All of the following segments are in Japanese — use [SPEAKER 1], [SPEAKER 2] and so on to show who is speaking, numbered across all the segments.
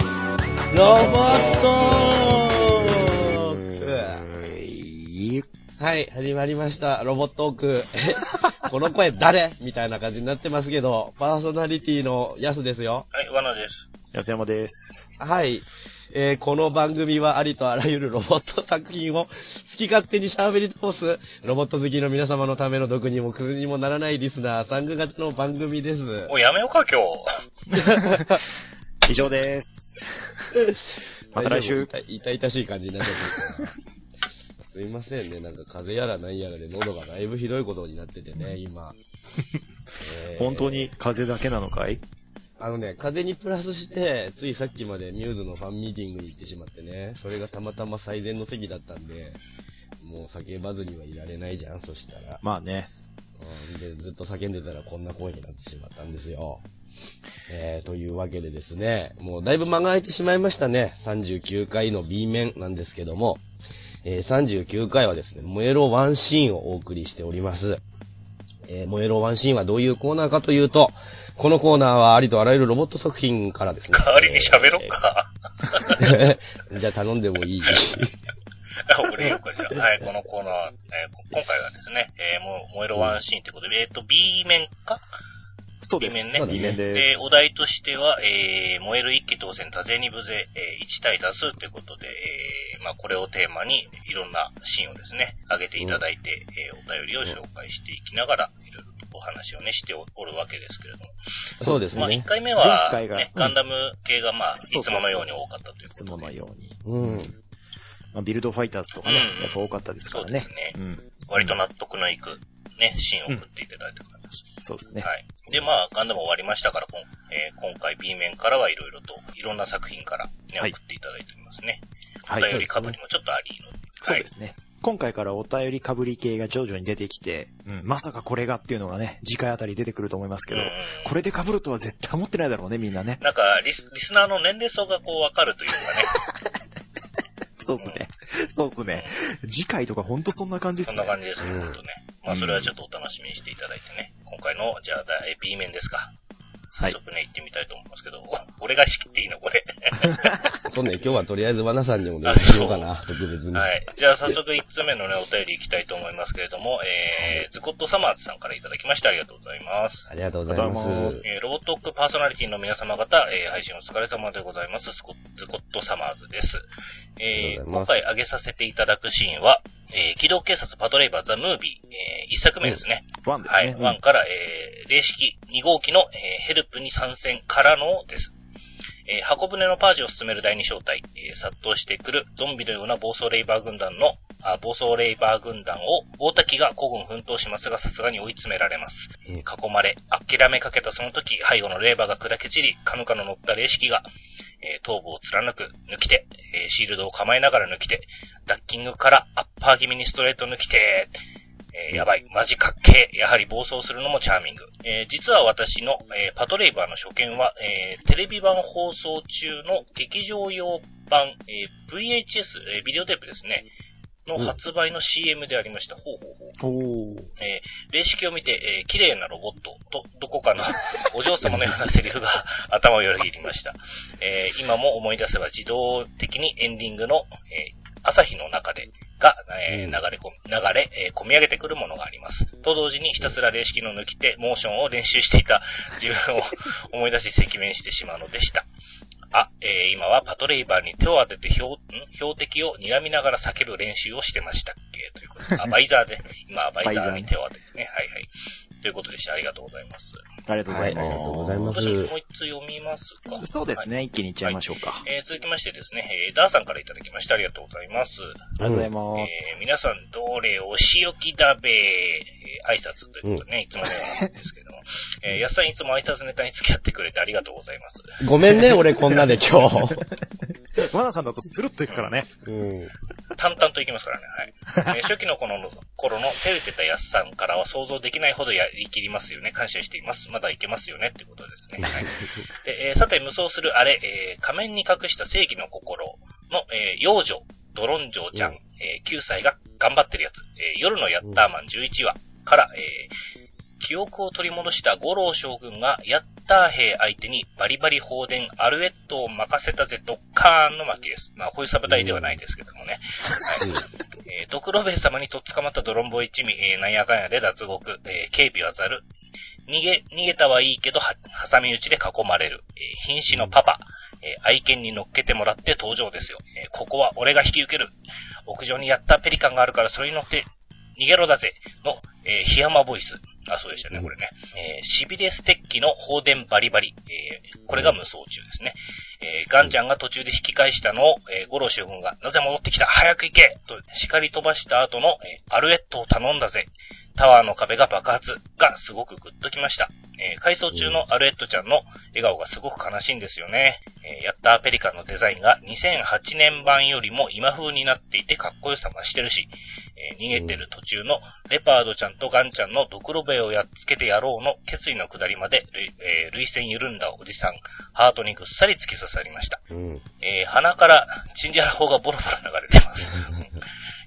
[SPEAKER 1] どうもっとー
[SPEAKER 2] い
[SPEAKER 1] はい、始まりました。ロボットオーク。え この声誰みたいな感じになってますけど、パーソナリティのヤスですよ。
[SPEAKER 3] はい、罠です。
[SPEAKER 2] 安山です。
[SPEAKER 1] はい。えーこの番組はありとあらゆるロボット作品を好き勝手に喋り通す、ロボット好きの皆様のための毒にもクズにもならないリスナー参加型の番組です。
[SPEAKER 3] もうやめようか、今日。
[SPEAKER 2] 以上です。また来週
[SPEAKER 1] 大丈夫痛々しい感じになっちゃってるからすいませんね、なんか風邪やらなんやらで喉がだいぶひどいことになっててね、 今。えー
[SPEAKER 2] 本当に風邪だけなのかい
[SPEAKER 1] あのね、風にプラスして、ついさっきまでミューズのファンミーティングに行ってしまってね、それがたまたま最善の席だったんで、もう叫ばずにはいられないじゃん、そしたら。
[SPEAKER 2] まあね。
[SPEAKER 1] うん、で、ずっと叫んでたらこんな声になってしまったんですよ。えー、というわけでですね、もうだいぶ間が空いてしまいましたね。39回の B 面なんですけども、えー、39回はですね、燃えろワンシーンをお送りしております。えー、燃えろワンシーンはどういうコーナーかというと、このコーナーはありとあらゆるロボット作品からですね。
[SPEAKER 3] 代わりに喋ろっか。
[SPEAKER 1] えー。 じゃあ頼んでもいい
[SPEAKER 3] 俺よくじゃあはい、このコーナー、えーこ今回はですね、えー、もう、燃えろワンシーンということで、えっ、と、B 面か
[SPEAKER 2] そうです。
[SPEAKER 3] B 面ね。
[SPEAKER 1] そうだ
[SPEAKER 2] B 面で
[SPEAKER 3] で、
[SPEAKER 2] す。
[SPEAKER 3] お題としては、えー、燃える一気当選多勢二部勢、えー、1対多数ということで、えー、まあ、これをテーマに、いろんなシーンをですね、挙げていただいて、えー、お便りを紹介していきながら、いろいろとお話をね、しておおるわけですけれども。
[SPEAKER 1] そうです
[SPEAKER 3] まあ、1
[SPEAKER 1] ね。
[SPEAKER 3] 回目は、
[SPEAKER 2] 前回が
[SPEAKER 3] ね
[SPEAKER 2] う、ん
[SPEAKER 3] ガンダム系が、まあ、
[SPEAKER 2] そ
[SPEAKER 3] いうつ
[SPEAKER 2] そうそう
[SPEAKER 3] ものように多かったという
[SPEAKER 2] い
[SPEAKER 3] こ
[SPEAKER 2] つ
[SPEAKER 3] とで。
[SPEAKER 2] ものように。
[SPEAKER 1] うん。
[SPEAKER 2] まあ、ビルドファイターズとかね、
[SPEAKER 3] うん
[SPEAKER 2] やっぱ多かったですか
[SPEAKER 3] そう
[SPEAKER 2] ら
[SPEAKER 3] で
[SPEAKER 2] ね
[SPEAKER 3] す。ね。
[SPEAKER 2] うん。
[SPEAKER 3] 割と納得のいく、ね、シーンを送っていただいた感じです。
[SPEAKER 2] そうですね。
[SPEAKER 3] はい。で、まあ、ガンダム終わりましたから、こんえー今回 B 面からはいろいろと、いろんな作品から、ね、送
[SPEAKER 2] はい
[SPEAKER 3] っていただいておりますね。
[SPEAKER 2] はい。
[SPEAKER 3] お便りかぶりもちょっとありので。
[SPEAKER 2] そう
[SPEAKER 3] はい
[SPEAKER 2] で。すね。今回からお便りかぶり系が徐々に出てきて、うん、まさかこれがっていうのがね、次回あたり出てくると思いますけど
[SPEAKER 3] うん、
[SPEAKER 2] これで被るとは絶対思ってないだろうね、みんなね。
[SPEAKER 3] なんかリス、リスナーの年齢層がこう分かる というかね。
[SPEAKER 2] そうですね。そうですね。次回とかほんとそんな感じで
[SPEAKER 3] そ
[SPEAKER 2] す
[SPEAKER 3] ん
[SPEAKER 2] ね
[SPEAKER 3] な。感じです
[SPEAKER 1] う
[SPEAKER 3] ね、
[SPEAKER 1] ん
[SPEAKER 3] ほんとね。まあ、それはちょっとお楽しみにしていただいてね。今回の、じゃあ、だえ B 面ですか。
[SPEAKER 2] はい
[SPEAKER 3] 早速ね、行ってみたいと思いますけど、 お俺が仕切っていいのこれ。
[SPEAKER 1] そうね、今日はとりあえずワナさんにもね、
[SPEAKER 3] あそう
[SPEAKER 1] しようかな、特別に。
[SPEAKER 3] はい。じゃあ、早速1つ目のね、お便り行きたいと思いますけれども、えー、ズコットサマーズさんからいただきましてありがとうございます。
[SPEAKER 1] ありがとうござい
[SPEAKER 2] ありがとうござい
[SPEAKER 1] ま
[SPEAKER 2] ますす。
[SPEAKER 3] えー、ロボットオックパーソナリティの皆様方、えー配信お疲れ様でございます。スコズコットサマーズです。
[SPEAKER 1] ありがとうござい
[SPEAKER 3] えー
[SPEAKER 1] ま
[SPEAKER 3] 今
[SPEAKER 1] す
[SPEAKER 3] 回挙げさせていただくシーンは、えー、機動警察パトレイバーザムービー、えー、一作目ですね。
[SPEAKER 2] ワンで
[SPEAKER 3] は
[SPEAKER 2] す
[SPEAKER 3] い。
[SPEAKER 2] ね。
[SPEAKER 3] 1から、えー、霊式2号機の、えーヘルプに参戦からのです。えー箱舟のパージを進める第二小隊、えー殺到してくるゾンビのような暴走レイバー軍団の、あ暴走レイバー軍団を、大滝が孤軍奮闘しますが、さすがに追い詰められます。えー囲まれ、諦めかけたその時、背後のレイバーが砕け散り、カムカの乗った霊式が、えー頭部を貫く、抜き手、えーシールドを構えながら抜き手、ダッキングからアッパー気味にストレート抜き手、えーやばい、マジかっけーやはり暴走するのもチャーミング。えー実は私の、えーパトレイバーの初見は、えーテレビ版放送中の劇場用版、えー VHS、えービデオテープですね。の発売の CM でありました。ほうほうほう。
[SPEAKER 2] おー。
[SPEAKER 3] えー、霊式を見て、えー綺麗なロボットと、どこ かのお嬢様のようなセリフが 頭をよぎりました。えー今も思い出せば自動的にエンディングの、えー朝日の中で、が、えー
[SPEAKER 1] うん
[SPEAKER 3] 流れ込む、流れ、えー込み上げてくるものがあります。と同時にひたすら霊式の抜き手、モーションを練習していた自分を思い出し赤面してしまうのでした。あ、えー今はパトレイバーに手を当てて標、ん標的を睨みながら叫ぶ練習をしてましたっけということで。あ、バイザーで、今はバイザーに手を当ててね。はいはい。ということでした。ありがとうございます。
[SPEAKER 2] ありがとうございま
[SPEAKER 1] はい
[SPEAKER 2] す。
[SPEAKER 1] ありがとうございま
[SPEAKER 3] 私
[SPEAKER 1] す
[SPEAKER 3] もう一つ読みますか。
[SPEAKER 2] そうですね、
[SPEAKER 3] はい
[SPEAKER 2] 一気にいっちゃいましょうか。
[SPEAKER 3] えー続きましてですね、えーダーさんからいただきましてありがとうございます。
[SPEAKER 2] ありがとうございます。
[SPEAKER 3] えー皆さん、どれお仕置きだべー、えー挨拶ということでね、いつものようなんですけども。えー、やっさんいつも挨拶ネタに付き合ってくれてありがとうございます。
[SPEAKER 1] ごめんね、俺こんなで今 日。
[SPEAKER 2] ワナさんだとスルッといくからね。
[SPEAKER 1] うん。
[SPEAKER 3] 淡々といきますからね、はい。えー初期の頃の、頃の照れてたやすさんからは想像できないほどやりきりますよね。感謝しています。まだいけますよね。ってことですね。はい。でえーさて、無双するあれ、えー仮面に隠した正義の心の、えー幼女、ドロンジョーちゃん、
[SPEAKER 1] うん
[SPEAKER 3] えー9歳が頑張ってるやつ、えー夜のヤッターマン11話から、えー記憶を取り戻した五郎将軍が、ヤッター兵相手にバリバリ放電アルエットを任せたぜドッカーンの負けです。まあ、ホイサブ隊ではないですけどもね。えードクロベイ様にとっ捕まったドロンボ一味、えーなんやかんやで脱獄、えー警備はざる。逃げ、逃げたはいいけど、は、挟み撃ちで囲まれる。えー瀕死のパパ、えー愛犬に乗っけてもらって登場ですよ。えーここは俺が引き受ける。屋上にやったペリカンがあるからそれに乗って逃げろだぜの、えー、檜山ボイス。あ、そうでしたね、これね。えー、しびれステッキの放電バリバリ。えー、これが無双中ですね。えー、ガンちゃんが途中で引き返したのを、えー、五郎将軍が、なぜ戻ってきた早く行けと叱り飛ばした後の、えーアルエットを頼んだぜ。タワーの壁が爆発がすごくグッときました。えー、回想中のアルエットちゃんの笑顔がすごく悲しいんですよね。えー、やったーペリカンのデザインが2008年版よりも今風になっていてかっこよさ増してるし、えー逃げてる途中のレパードちゃんとガンちゃんのドクロベをやっつけてやろうの決意の下りまで、るいえー、類線緩んだおじさん、ハートにぐっさり突き刺さりました。
[SPEAKER 1] うん。
[SPEAKER 3] えー鼻からチンジャラ砲がボロボロ流れてます。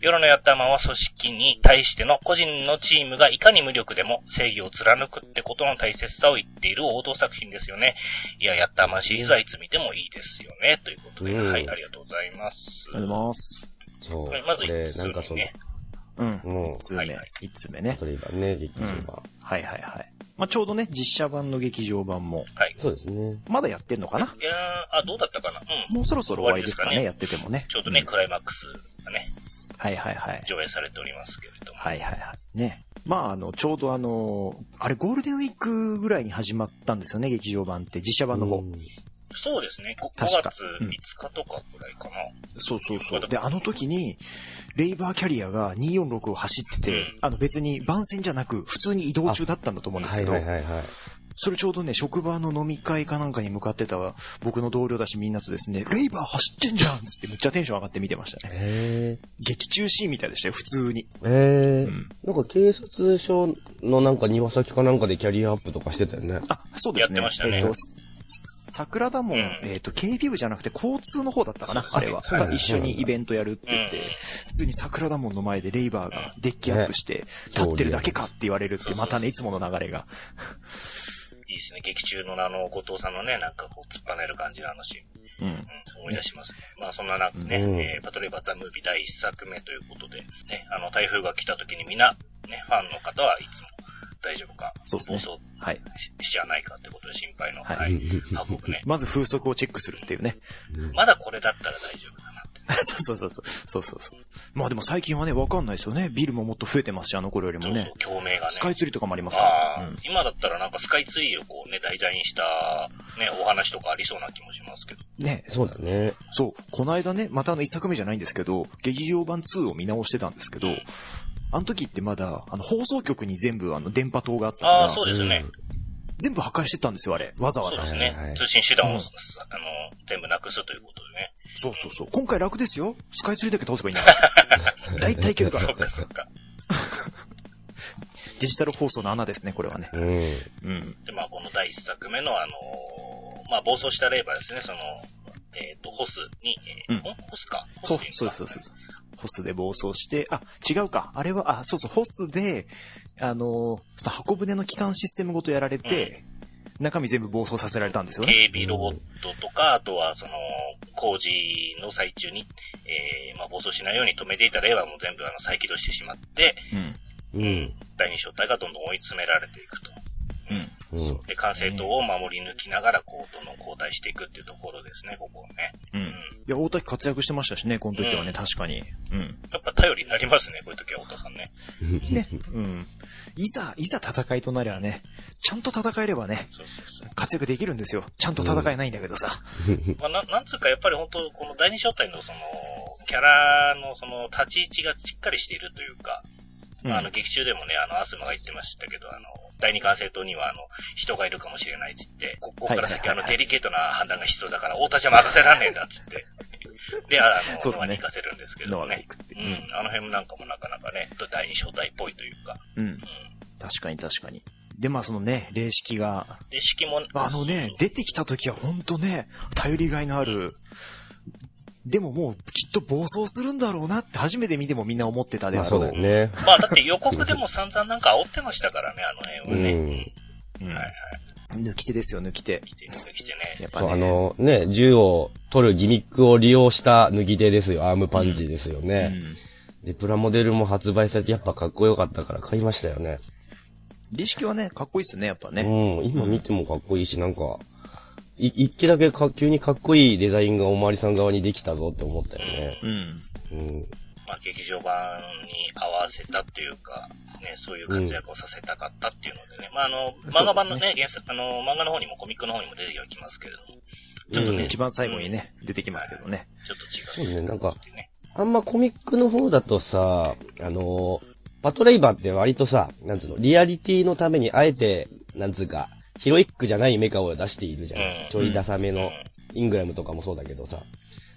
[SPEAKER 3] 夜のやったマンは組織に対しての個人のチームがいかに無力でも正義を貫くってことの大切さを言っている王道作品ですよね。いや、やったマンシリーズはいつ見てもいいですよね。ということで、
[SPEAKER 1] うん
[SPEAKER 3] はい、ありがとうございます。
[SPEAKER 2] ありがとうございます。
[SPEAKER 1] そう。
[SPEAKER 3] はいまず
[SPEAKER 1] で
[SPEAKER 3] 一つ
[SPEAKER 1] なんかその
[SPEAKER 3] ね、
[SPEAKER 2] うん。
[SPEAKER 1] うん
[SPEAKER 2] 一。つ
[SPEAKER 3] は
[SPEAKER 2] 目、
[SPEAKER 3] い
[SPEAKER 2] 一、
[SPEAKER 3] はい
[SPEAKER 2] つ目ね。
[SPEAKER 1] それがね、劇場版。
[SPEAKER 2] はいはいはい。まあ、ちょうどね、実写版の劇場版も、
[SPEAKER 3] はい。
[SPEAKER 1] そうですね。
[SPEAKER 2] まだやってんのかない
[SPEAKER 3] やーあ、どうだったかなうん。
[SPEAKER 2] もうそろそろ終わりですかね、
[SPEAKER 3] 終わり
[SPEAKER 2] やっててもね。
[SPEAKER 3] ちょうどね、
[SPEAKER 2] ん
[SPEAKER 3] クライマックスがね、
[SPEAKER 2] はいはいはい。
[SPEAKER 3] 上映されておりますけれども。
[SPEAKER 2] はいはいはい。ね。まあ、あの、ちょうどあの、あれ、ゴールデンウィークぐらいに始まったんですよね、劇場版って、実写版の方。
[SPEAKER 1] うん
[SPEAKER 3] そうですね、5,
[SPEAKER 2] 確か
[SPEAKER 3] 月5日とかぐらいかな。
[SPEAKER 2] そうそうそう。で、あの時に、レイバーキャリアが246を走ってて、
[SPEAKER 3] うん
[SPEAKER 2] あの別に番宣じゃなく、普通に移動中だったんだと思うんです
[SPEAKER 1] は
[SPEAKER 2] け
[SPEAKER 1] い
[SPEAKER 2] ど、
[SPEAKER 1] はいはいはい。
[SPEAKER 2] それちょうどね、職場の飲み会かなんかに向かってた僕の同僚だしみんなとですね、レイバー走ってんじゃんっつってめっちゃテンション上がって見てましたね。
[SPEAKER 1] え
[SPEAKER 2] 劇中シーンみたいでしたよ、普通に。
[SPEAKER 1] ー、え
[SPEAKER 2] う
[SPEAKER 1] ー、
[SPEAKER 2] ん。
[SPEAKER 1] なんか警察署のなんか庭先かなんかでキャリアアップとかしてたよね。
[SPEAKER 2] あ、そうですね。
[SPEAKER 3] やってましたね
[SPEAKER 2] えっと桜田門、
[SPEAKER 3] うん
[SPEAKER 2] えっ、と、警備部じゃなくて交通の方だったかな、
[SPEAKER 3] そ
[SPEAKER 2] あ
[SPEAKER 3] う
[SPEAKER 2] れ
[SPEAKER 3] ですね
[SPEAKER 2] は
[SPEAKER 1] そうなん。だ
[SPEAKER 2] 一緒にイベントやるって言って、
[SPEAKER 3] うん
[SPEAKER 2] 普通に桜田門の前でレイバーがデッキアップして、立ってるだけかって言われるっ
[SPEAKER 3] そ
[SPEAKER 2] て、
[SPEAKER 3] うそうそう
[SPEAKER 2] またね、いつもの流れが。
[SPEAKER 3] いいですね。劇中のあの、後藤さんのね、なんかこう、突っぱねる感じのあのシーン、
[SPEAKER 2] うん。
[SPEAKER 3] うん、思い出しますね。まあそんな中ね、
[SPEAKER 1] うん
[SPEAKER 3] えーパトレーバーザムービー第1作目ということで、ね、あの、台風が来た時にみんな、ね、ファンの方はいつも大丈夫か、
[SPEAKER 2] そうですね
[SPEAKER 3] 暴
[SPEAKER 2] はい。
[SPEAKER 3] 走ししちゃわないかってことで心配の、
[SPEAKER 2] はい
[SPEAKER 3] は
[SPEAKER 1] う
[SPEAKER 3] い、
[SPEAKER 1] ん
[SPEAKER 3] 運ぶね。
[SPEAKER 2] まず風速をチェックするっていうね。
[SPEAKER 3] まだこれだったら大丈夫かなって。
[SPEAKER 2] そうそうそう。そうそうそう。まあでも最近はね、わかんないですよね。ビルももっと増えてますし、あの頃より
[SPEAKER 3] そ
[SPEAKER 2] も
[SPEAKER 3] う
[SPEAKER 2] ね。
[SPEAKER 3] そう、共鳴がね。
[SPEAKER 2] スカイツリーとかもありますから。
[SPEAKER 3] ああ、
[SPEAKER 2] うん
[SPEAKER 3] 今だったらなんかスカイツリーをこうね、題材にした、ね、お話とかありそうな気もしますけど。
[SPEAKER 2] ね、
[SPEAKER 1] そうだね。
[SPEAKER 2] そう、この間ね、またあの一作目じゃないんですけど、劇場版2を見直してたんですけど、あの時ってまだ、あの放送局に全部あの電波塔があった
[SPEAKER 3] あ
[SPEAKER 2] か
[SPEAKER 3] あ、そう
[SPEAKER 2] ら、
[SPEAKER 3] ですね。
[SPEAKER 2] 全部破壊してたんですよ、あれ。わざわ
[SPEAKER 3] そう
[SPEAKER 2] ざ
[SPEAKER 3] で。す
[SPEAKER 1] はいは
[SPEAKER 3] ね
[SPEAKER 1] い。
[SPEAKER 3] 通信手段
[SPEAKER 2] う
[SPEAKER 3] を、
[SPEAKER 2] ん
[SPEAKER 3] あの、全部なくすということでね。
[SPEAKER 2] そうそうそう。今回楽ですよ。スカイツリーだけ倒せばいいんだ。大体いけるから
[SPEAKER 3] そうか、そうか。
[SPEAKER 2] デジタル放送の穴ですね、これはね。
[SPEAKER 1] うん。
[SPEAKER 2] うん。
[SPEAKER 3] で、まあ、この第一作目の、あのーまあ、暴走したレーバーですね、その、えっ、と、ホスに、えー
[SPEAKER 2] うん
[SPEAKER 3] んホスか。
[SPEAKER 2] そう
[SPEAKER 3] ホス、
[SPEAKER 2] そうそうそう。ホスで暴走して、あ、違うか。あれは、あ、そうそう、ホスで、あのーさ箱舟の機関システムごとやられて、中身全部暴走させられたんですよね。
[SPEAKER 3] 警備ロボットとか、あとは、その、工事の最中に、えー、まあ、暴走しないように止めていたレーバーも全部、あの、再起動してしまって、
[SPEAKER 2] うん。
[SPEAKER 1] うん。
[SPEAKER 3] 第二小隊がどんどん追い詰められていくと。
[SPEAKER 2] うん。
[SPEAKER 1] うん。
[SPEAKER 3] で、管制塔を守り抜きながら、こう、どんどん交代していくっていうところですね、ここね。
[SPEAKER 2] うん。
[SPEAKER 3] うん
[SPEAKER 2] い。や、大滝活躍してましたしね、この時は
[SPEAKER 3] うん
[SPEAKER 2] ね、確かに。うん。
[SPEAKER 3] やっぱ頼りになりますね、こういう時は、太田さんね。
[SPEAKER 2] ね。うん。いざ、いざ戦いとなりゃね、ちゃんと戦えればね、
[SPEAKER 3] そうそうそう。
[SPEAKER 2] 活躍できるんですよ。ちゃんと戦えないんだけどさ。
[SPEAKER 3] まあ、ななんつうか、やっぱり本当、この第二小隊のその、キャラのその、立ち位置がしっかりしているというか、
[SPEAKER 2] うん
[SPEAKER 3] まあ、あの、劇中でもね、あの、アスマが言ってましたけど、あの、第二管制塔には、あの、人がいるかもしれないっつって、こここから先、
[SPEAKER 2] は
[SPEAKER 3] あ
[SPEAKER 2] いはいはい
[SPEAKER 3] の、デリケートな判断が必要だから、大田じゃ任せらんねえんだっつって。で、あ
[SPEAKER 2] そ
[SPEAKER 3] の、
[SPEAKER 2] うですね
[SPEAKER 3] ノアに行かせるんですけど
[SPEAKER 2] ノアが
[SPEAKER 3] ね
[SPEAKER 2] 行。くって
[SPEAKER 3] う、
[SPEAKER 2] いうん
[SPEAKER 3] あの辺もなんかもなかなかね、第二小隊っぽいというか、
[SPEAKER 2] うん。確かに確かに。で、まあそのね、霊式が、
[SPEAKER 3] で、式も、
[SPEAKER 2] あのね、出てきた時は本当ね、頼りがいのある、でももうきっと暴走するんだろうなって初めて見てもみんな思ってたで
[SPEAKER 1] まあ
[SPEAKER 2] あ
[SPEAKER 1] そ
[SPEAKER 2] ろ
[SPEAKER 1] う
[SPEAKER 2] う。
[SPEAKER 1] だよね。
[SPEAKER 3] まあだって予告でも散々なんか煽ってましたからね、あの
[SPEAKER 1] う
[SPEAKER 3] 辺はね。
[SPEAKER 1] ん。
[SPEAKER 2] うん
[SPEAKER 3] はいはい。
[SPEAKER 2] 抜き手ですよ、抜き手。
[SPEAKER 3] 来て、来てね。
[SPEAKER 2] やっぱ
[SPEAKER 1] そう、
[SPEAKER 2] ね。
[SPEAKER 1] あのね、銃を取るギミックを利用した脱ぎ手ですよ。アームパンチですよ
[SPEAKER 2] う
[SPEAKER 1] ね。
[SPEAKER 2] ん。
[SPEAKER 1] で、プラモデルも発売されてやっぱかっこよかったから買いましたよね。
[SPEAKER 2] 儀式はね、かっこいいっすよね、やっぱね。
[SPEAKER 1] うん、今見てもかっこいいし、なんか、い一気だけか急にかっこいいデザインがおまわりさん側にできたぞって思ったよね。
[SPEAKER 2] うん。
[SPEAKER 1] うん。
[SPEAKER 3] まあ、劇場版に合わせたというか、ね、そういう活躍をさせたかったっていうのでね。まあ、あの、漫画版のね、原作、あの、漫画の方にもコミックの方にも出てはきますけれども、ちょっとね、
[SPEAKER 2] 一番最後にね、出てきますけどね。
[SPEAKER 3] ちょっと
[SPEAKER 1] そう
[SPEAKER 3] 違う。
[SPEAKER 1] ね、なんか、
[SPEAKER 3] ね。
[SPEAKER 1] あんまコミックの方だとさ、あのー、パトレイバーって割とさ、なんつうの、リアリティのためにあえて、なんつうか、ヒロイックじゃないメカを出しているじゃん。
[SPEAKER 3] うん
[SPEAKER 1] ちょいダサめ
[SPEAKER 3] うん
[SPEAKER 1] の、イングラムとかもそうだけどさ。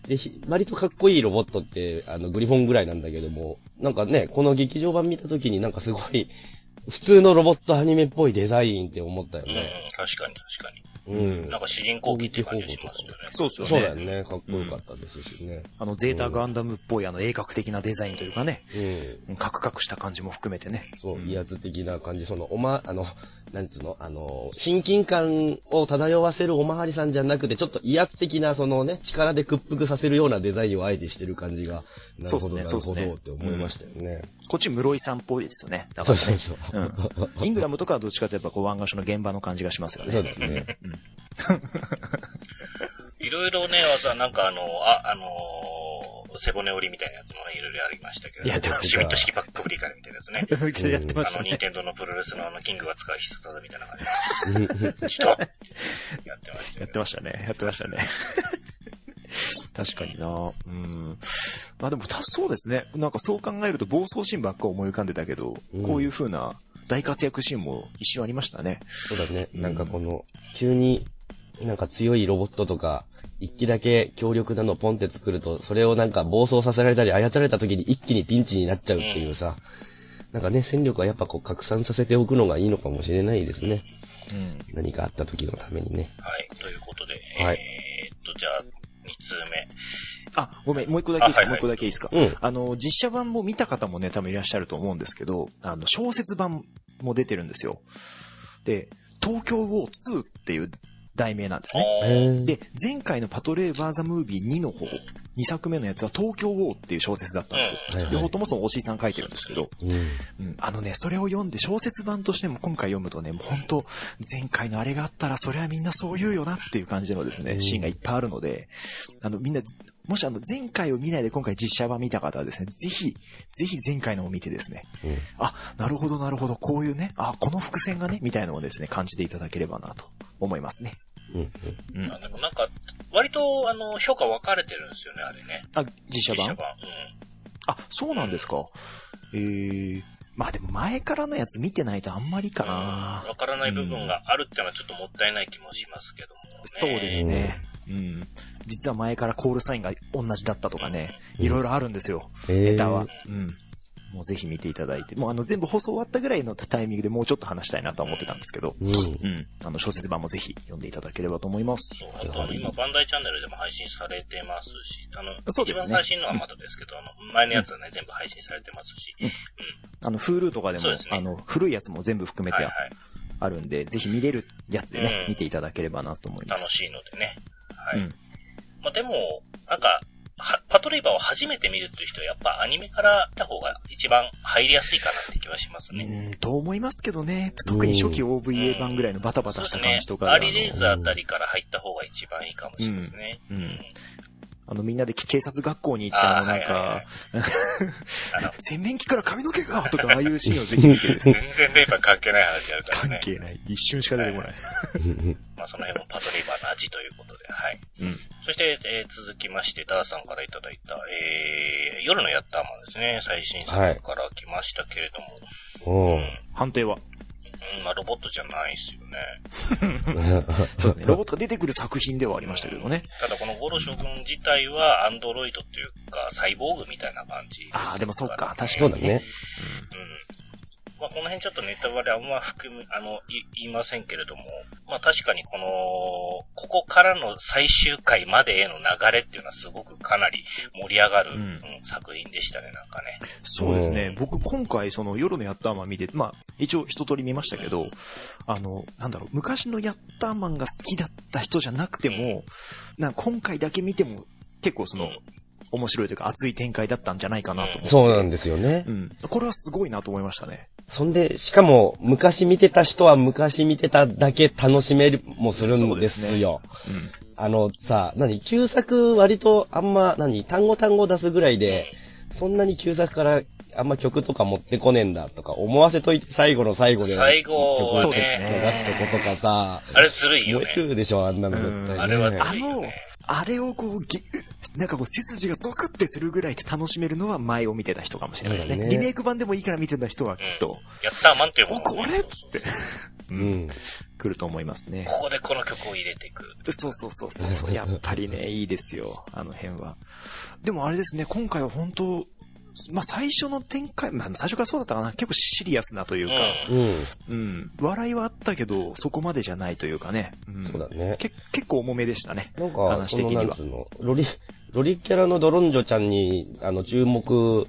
[SPEAKER 1] で、ひ割とかっこいいロボットって、あの、グリフォンぐらいなんだけども、なんかね、この劇場版見た時になんかすごい、 普通のロボットアニメっぽいデザインって思ったよ
[SPEAKER 3] うん、
[SPEAKER 1] ね。
[SPEAKER 3] 確かに確かに。
[SPEAKER 1] うん
[SPEAKER 3] な。んか主人公機っていう感じがしますよね。
[SPEAKER 2] そうっすよね。
[SPEAKER 1] そうだよね。かっこよかったですしね。
[SPEAKER 2] あの、ゼータガンダムっぽい、あの、鋭角的なデザインというかね、
[SPEAKER 1] うん。
[SPEAKER 2] うんカクカクした感じも含めてね。
[SPEAKER 1] そう、
[SPEAKER 2] ん
[SPEAKER 1] 威圧的な感じ、その、おま、あの、なんつうの、あの、親近感を漂わせるおまわりさんじゃなくて、ちょっと威圧的な、そのね、力で屈服させるようなデザインをあえてしてる感じが、なるほど、
[SPEAKER 2] そうっすね
[SPEAKER 1] なるほど、
[SPEAKER 2] そう
[SPEAKER 1] っ
[SPEAKER 2] っすね
[SPEAKER 1] て思いましたよね。
[SPEAKER 2] こっち室井さんっぽいですよね。だか
[SPEAKER 1] そう
[SPEAKER 2] ら
[SPEAKER 1] そう
[SPEAKER 2] ね。
[SPEAKER 1] そう。
[SPEAKER 2] うん。イングラムとかはどっちかといえば、こう、湾岸署の現場の感じがしますよ
[SPEAKER 1] そう
[SPEAKER 2] ね。
[SPEAKER 1] ですね。
[SPEAKER 3] いろいろね、技、なんかあの、あ、あのー背骨折りみたいなやつもね、いろいろありましたけど、
[SPEAKER 2] やってました
[SPEAKER 3] シュミット式バックブリカルみたいなやつね。
[SPEAKER 2] やってまし
[SPEAKER 3] あ
[SPEAKER 2] た
[SPEAKER 3] の、ニン
[SPEAKER 2] ね。
[SPEAKER 3] テンドのプロレスのあの、キングが使う必殺技みたいな感じ で。ちょっとやってました
[SPEAKER 2] や
[SPEAKER 3] よ
[SPEAKER 2] っ
[SPEAKER 3] ね。
[SPEAKER 2] てましたね。やってましたね。 確かになうん。まあでも、たそうですね。なんかそう考えると暴走シーンばっか思い浮かんでたけど、
[SPEAKER 1] うん
[SPEAKER 2] こういう風な大活躍シーンも一瞬ありましたね。
[SPEAKER 1] そうだね。なんかこの、急に、なんか強いロボットとか、一機だけ強力なのポンって作ると、それをなんか暴走させられたり操られた時に一気にピンチになっちゃうっていうさ、なんかね、戦力はやっぱこう拡散させておくのがいいのかもしれないですね。
[SPEAKER 2] うん。
[SPEAKER 1] 何かあった時のためにね。
[SPEAKER 3] はい、ということで、
[SPEAKER 1] はい
[SPEAKER 3] えーっと、じゃあ、2通目。
[SPEAKER 2] あ、ごめん、もう一個だけいいですか、
[SPEAKER 3] あはいはい
[SPEAKER 2] もう一個だけいいですか、
[SPEAKER 1] うん。
[SPEAKER 2] あの、実写版も見た方もね、多分いらっしゃると思うんですけど、あの、小説版も出てるんですよ。で、東京ウォー2っていう題名なんですね。
[SPEAKER 1] え
[SPEAKER 3] あー
[SPEAKER 1] ー、
[SPEAKER 2] で、前回のパトレーバーザムービー2の方、2作目のやつは東京ウォーっていう小説だったんです
[SPEAKER 1] はいは
[SPEAKER 2] よ。
[SPEAKER 1] い
[SPEAKER 2] 両方ともそのおしいさん書いてるんですけど、
[SPEAKER 1] うん。
[SPEAKER 2] うん、あのね、それを読んで小説版としても今回読むとね、もう本当前回のあれがあったらそれはみんなそう言うよなっていう感じのです
[SPEAKER 1] う
[SPEAKER 2] ね、
[SPEAKER 1] ん
[SPEAKER 2] シーンがいっぱいあるので、あのみんな、もしあの前回を見ないで今回実写版見た方はですね、ぜひ、ぜひ前回のを見てですね、
[SPEAKER 1] うん
[SPEAKER 2] あ、なるほどなるほど、こういうね、あ、この伏線がね、みたいなのをですね、感じていただければなと思いますね。
[SPEAKER 1] うん。
[SPEAKER 2] うん
[SPEAKER 3] あ。でもなんか、割と、あの、評価分かれてるんですよね、あれね。
[SPEAKER 2] あ、実写版
[SPEAKER 3] う
[SPEAKER 2] あ、そうなんですか。えー、まあでも前からのやつ見てないとあんまりか
[SPEAKER 3] ん。わ
[SPEAKER 2] な、
[SPEAKER 3] からない部分があるってのはちょっともったいない気もしますけども、ね。
[SPEAKER 2] そうですね。うん。実は前からコールサインが同じだったとかね、いろいろあるんですよ、
[SPEAKER 1] え
[SPEAKER 2] ネタは。うん。もうぜひ見ていただいて、もうあの全部放送終わったぐらいのタイミングでもうちょっと話したいなとは思ってたんですけど、
[SPEAKER 1] うん。
[SPEAKER 2] うん。あの小説版もぜひ読んでいただければと思います。
[SPEAKER 3] そうあと、今、バンダイチャンネルでも配信されてますし、あの、
[SPEAKER 2] そうです
[SPEAKER 3] 一
[SPEAKER 2] ね
[SPEAKER 3] 番最新のはまだですけど、あの、前のやつはね、全部配信されてますし、
[SPEAKER 2] あの、Hulu とかでも、
[SPEAKER 3] そうですね
[SPEAKER 2] あの、古いやつも全部含め
[SPEAKER 3] はい
[SPEAKER 2] て
[SPEAKER 3] はい。
[SPEAKER 2] あるんで、ぜひ見れるやつでね、
[SPEAKER 3] うん
[SPEAKER 2] 見ていただければなと思います。
[SPEAKER 3] 楽しいのでね。はい。
[SPEAKER 2] うん
[SPEAKER 3] まあ、でも、なんか、はパトレイバーを初めて見るという人は、やっぱアニメから見た方が一番入りやすいかなって気はしますね。
[SPEAKER 2] うん、と思いますけどね。特に初期 OVA 版ぐらいのバタバタ
[SPEAKER 3] そう
[SPEAKER 2] し
[SPEAKER 3] です
[SPEAKER 2] た
[SPEAKER 3] ね
[SPEAKER 2] 感じと。か。
[SPEAKER 3] アーリーレイズあたりから入った方が一番いいかもしれないですね。
[SPEAKER 2] あのうん。あの、みんなで警察学校に行った
[SPEAKER 3] あ
[SPEAKER 2] あの、なんか、、
[SPEAKER 3] あの、
[SPEAKER 2] 洗面器から髪の毛がとか、ああいうシーンをぜひ見 てですね。
[SPEAKER 3] 全然レイバー関係ない話やるから
[SPEAKER 2] 関
[SPEAKER 3] ね。
[SPEAKER 2] 係ない。一瞬しか出てこない。
[SPEAKER 3] まあその辺もパトレイバーの味ということで、はい。
[SPEAKER 2] うん。
[SPEAKER 3] そして、えー続きまして、ダーさんからいただいた、えー、夜のヤッターマンですね。最新作から来ましたけれども、
[SPEAKER 1] おう
[SPEAKER 2] 判定は。
[SPEAKER 3] うん、まあロボットじゃないですよね。
[SPEAKER 2] そうですね。ロボットが出てくる作品ではありましたけどね。
[SPEAKER 3] ただこのゴロ将軍自体はアンドロイドというか、サイボーグみたいな感じですからね
[SPEAKER 2] ああ、でもそうか。確
[SPEAKER 1] そ
[SPEAKER 2] か
[SPEAKER 1] うだ
[SPEAKER 2] にね
[SPEAKER 1] ね。。
[SPEAKER 3] うん。まあこの辺ちょっとネタバレあんま含む、あの、い言いませんけれども、まあ確かにこの、ここからの最終回までへの流れっていうのはすごくかなり盛り上がる、
[SPEAKER 2] うん
[SPEAKER 3] うん作品でしたね、なんかね。
[SPEAKER 2] そうです
[SPEAKER 1] う
[SPEAKER 2] ね。僕、今回、その、夜のヤッターマン見て、まあ、一応一通り見ましたけど、あの、なんだろう、昔のヤッターマンが好きだった人じゃなくても、なんか今回だけ見ても、結構その、面白いというか熱い展開だったんじゃないかなと思っ て。
[SPEAKER 1] そうなんですよね
[SPEAKER 2] う。ん。これはすごいなと思いましたね。
[SPEAKER 1] そんで、しかも、昔見てた人は昔見てただけ楽しめるもするんですよ。
[SPEAKER 2] うん。
[SPEAKER 1] あの、さ、何旧作割とあんま、何単語単語出すぐらいで、そんなに旧作からあんま曲とか持ってこねえんだとか思わせといて最後の最後で。
[SPEAKER 3] 最後
[SPEAKER 1] 曲
[SPEAKER 3] は
[SPEAKER 2] そ
[SPEAKER 1] を
[SPEAKER 2] う
[SPEAKER 1] 出
[SPEAKER 2] ですすね
[SPEAKER 1] とことかさ、
[SPEAKER 3] あれずるいよ
[SPEAKER 1] 燃え
[SPEAKER 3] ね。
[SPEAKER 1] るでしょ、あんなの絶対、ね。
[SPEAKER 2] うん
[SPEAKER 3] あれはず
[SPEAKER 2] あ
[SPEAKER 3] るいよ
[SPEAKER 2] の
[SPEAKER 3] ね。、
[SPEAKER 2] あれをこう、ぎなんかこう、背筋がゾクってするぐらいで楽しめるのは前を見てた人かもしれないですね。
[SPEAKER 1] そうだね
[SPEAKER 2] リメイク版でもいいから見てた人はきっと、
[SPEAKER 3] やったーマンっていうも
[SPEAKER 2] お、
[SPEAKER 3] の
[SPEAKER 2] こ
[SPEAKER 3] が
[SPEAKER 2] れっつって、う
[SPEAKER 1] う、ん。
[SPEAKER 2] 来ると思いますね。
[SPEAKER 3] ここでこの曲を入れていく。
[SPEAKER 2] そうそうそうそうそう。やっぱ りね、いいですよ。あの辺は。でもあれですね、今回は本当、まあ、最初の展開、まあ、最初からそうだったかな。結構シリアスなという
[SPEAKER 3] う
[SPEAKER 2] か、
[SPEAKER 3] ん。
[SPEAKER 1] うん。
[SPEAKER 2] うん。笑いはあったけど、そこまでじゃないというかね。うん、
[SPEAKER 1] そうだね。
[SPEAKER 2] け結構重めでしたね。
[SPEAKER 1] なんか、
[SPEAKER 2] 話
[SPEAKER 1] そ
[SPEAKER 2] 的
[SPEAKER 1] の、
[SPEAKER 2] には
[SPEAKER 1] なんつうの、ロリ、ロリキャラのドロンジョちゃんに、あの、注目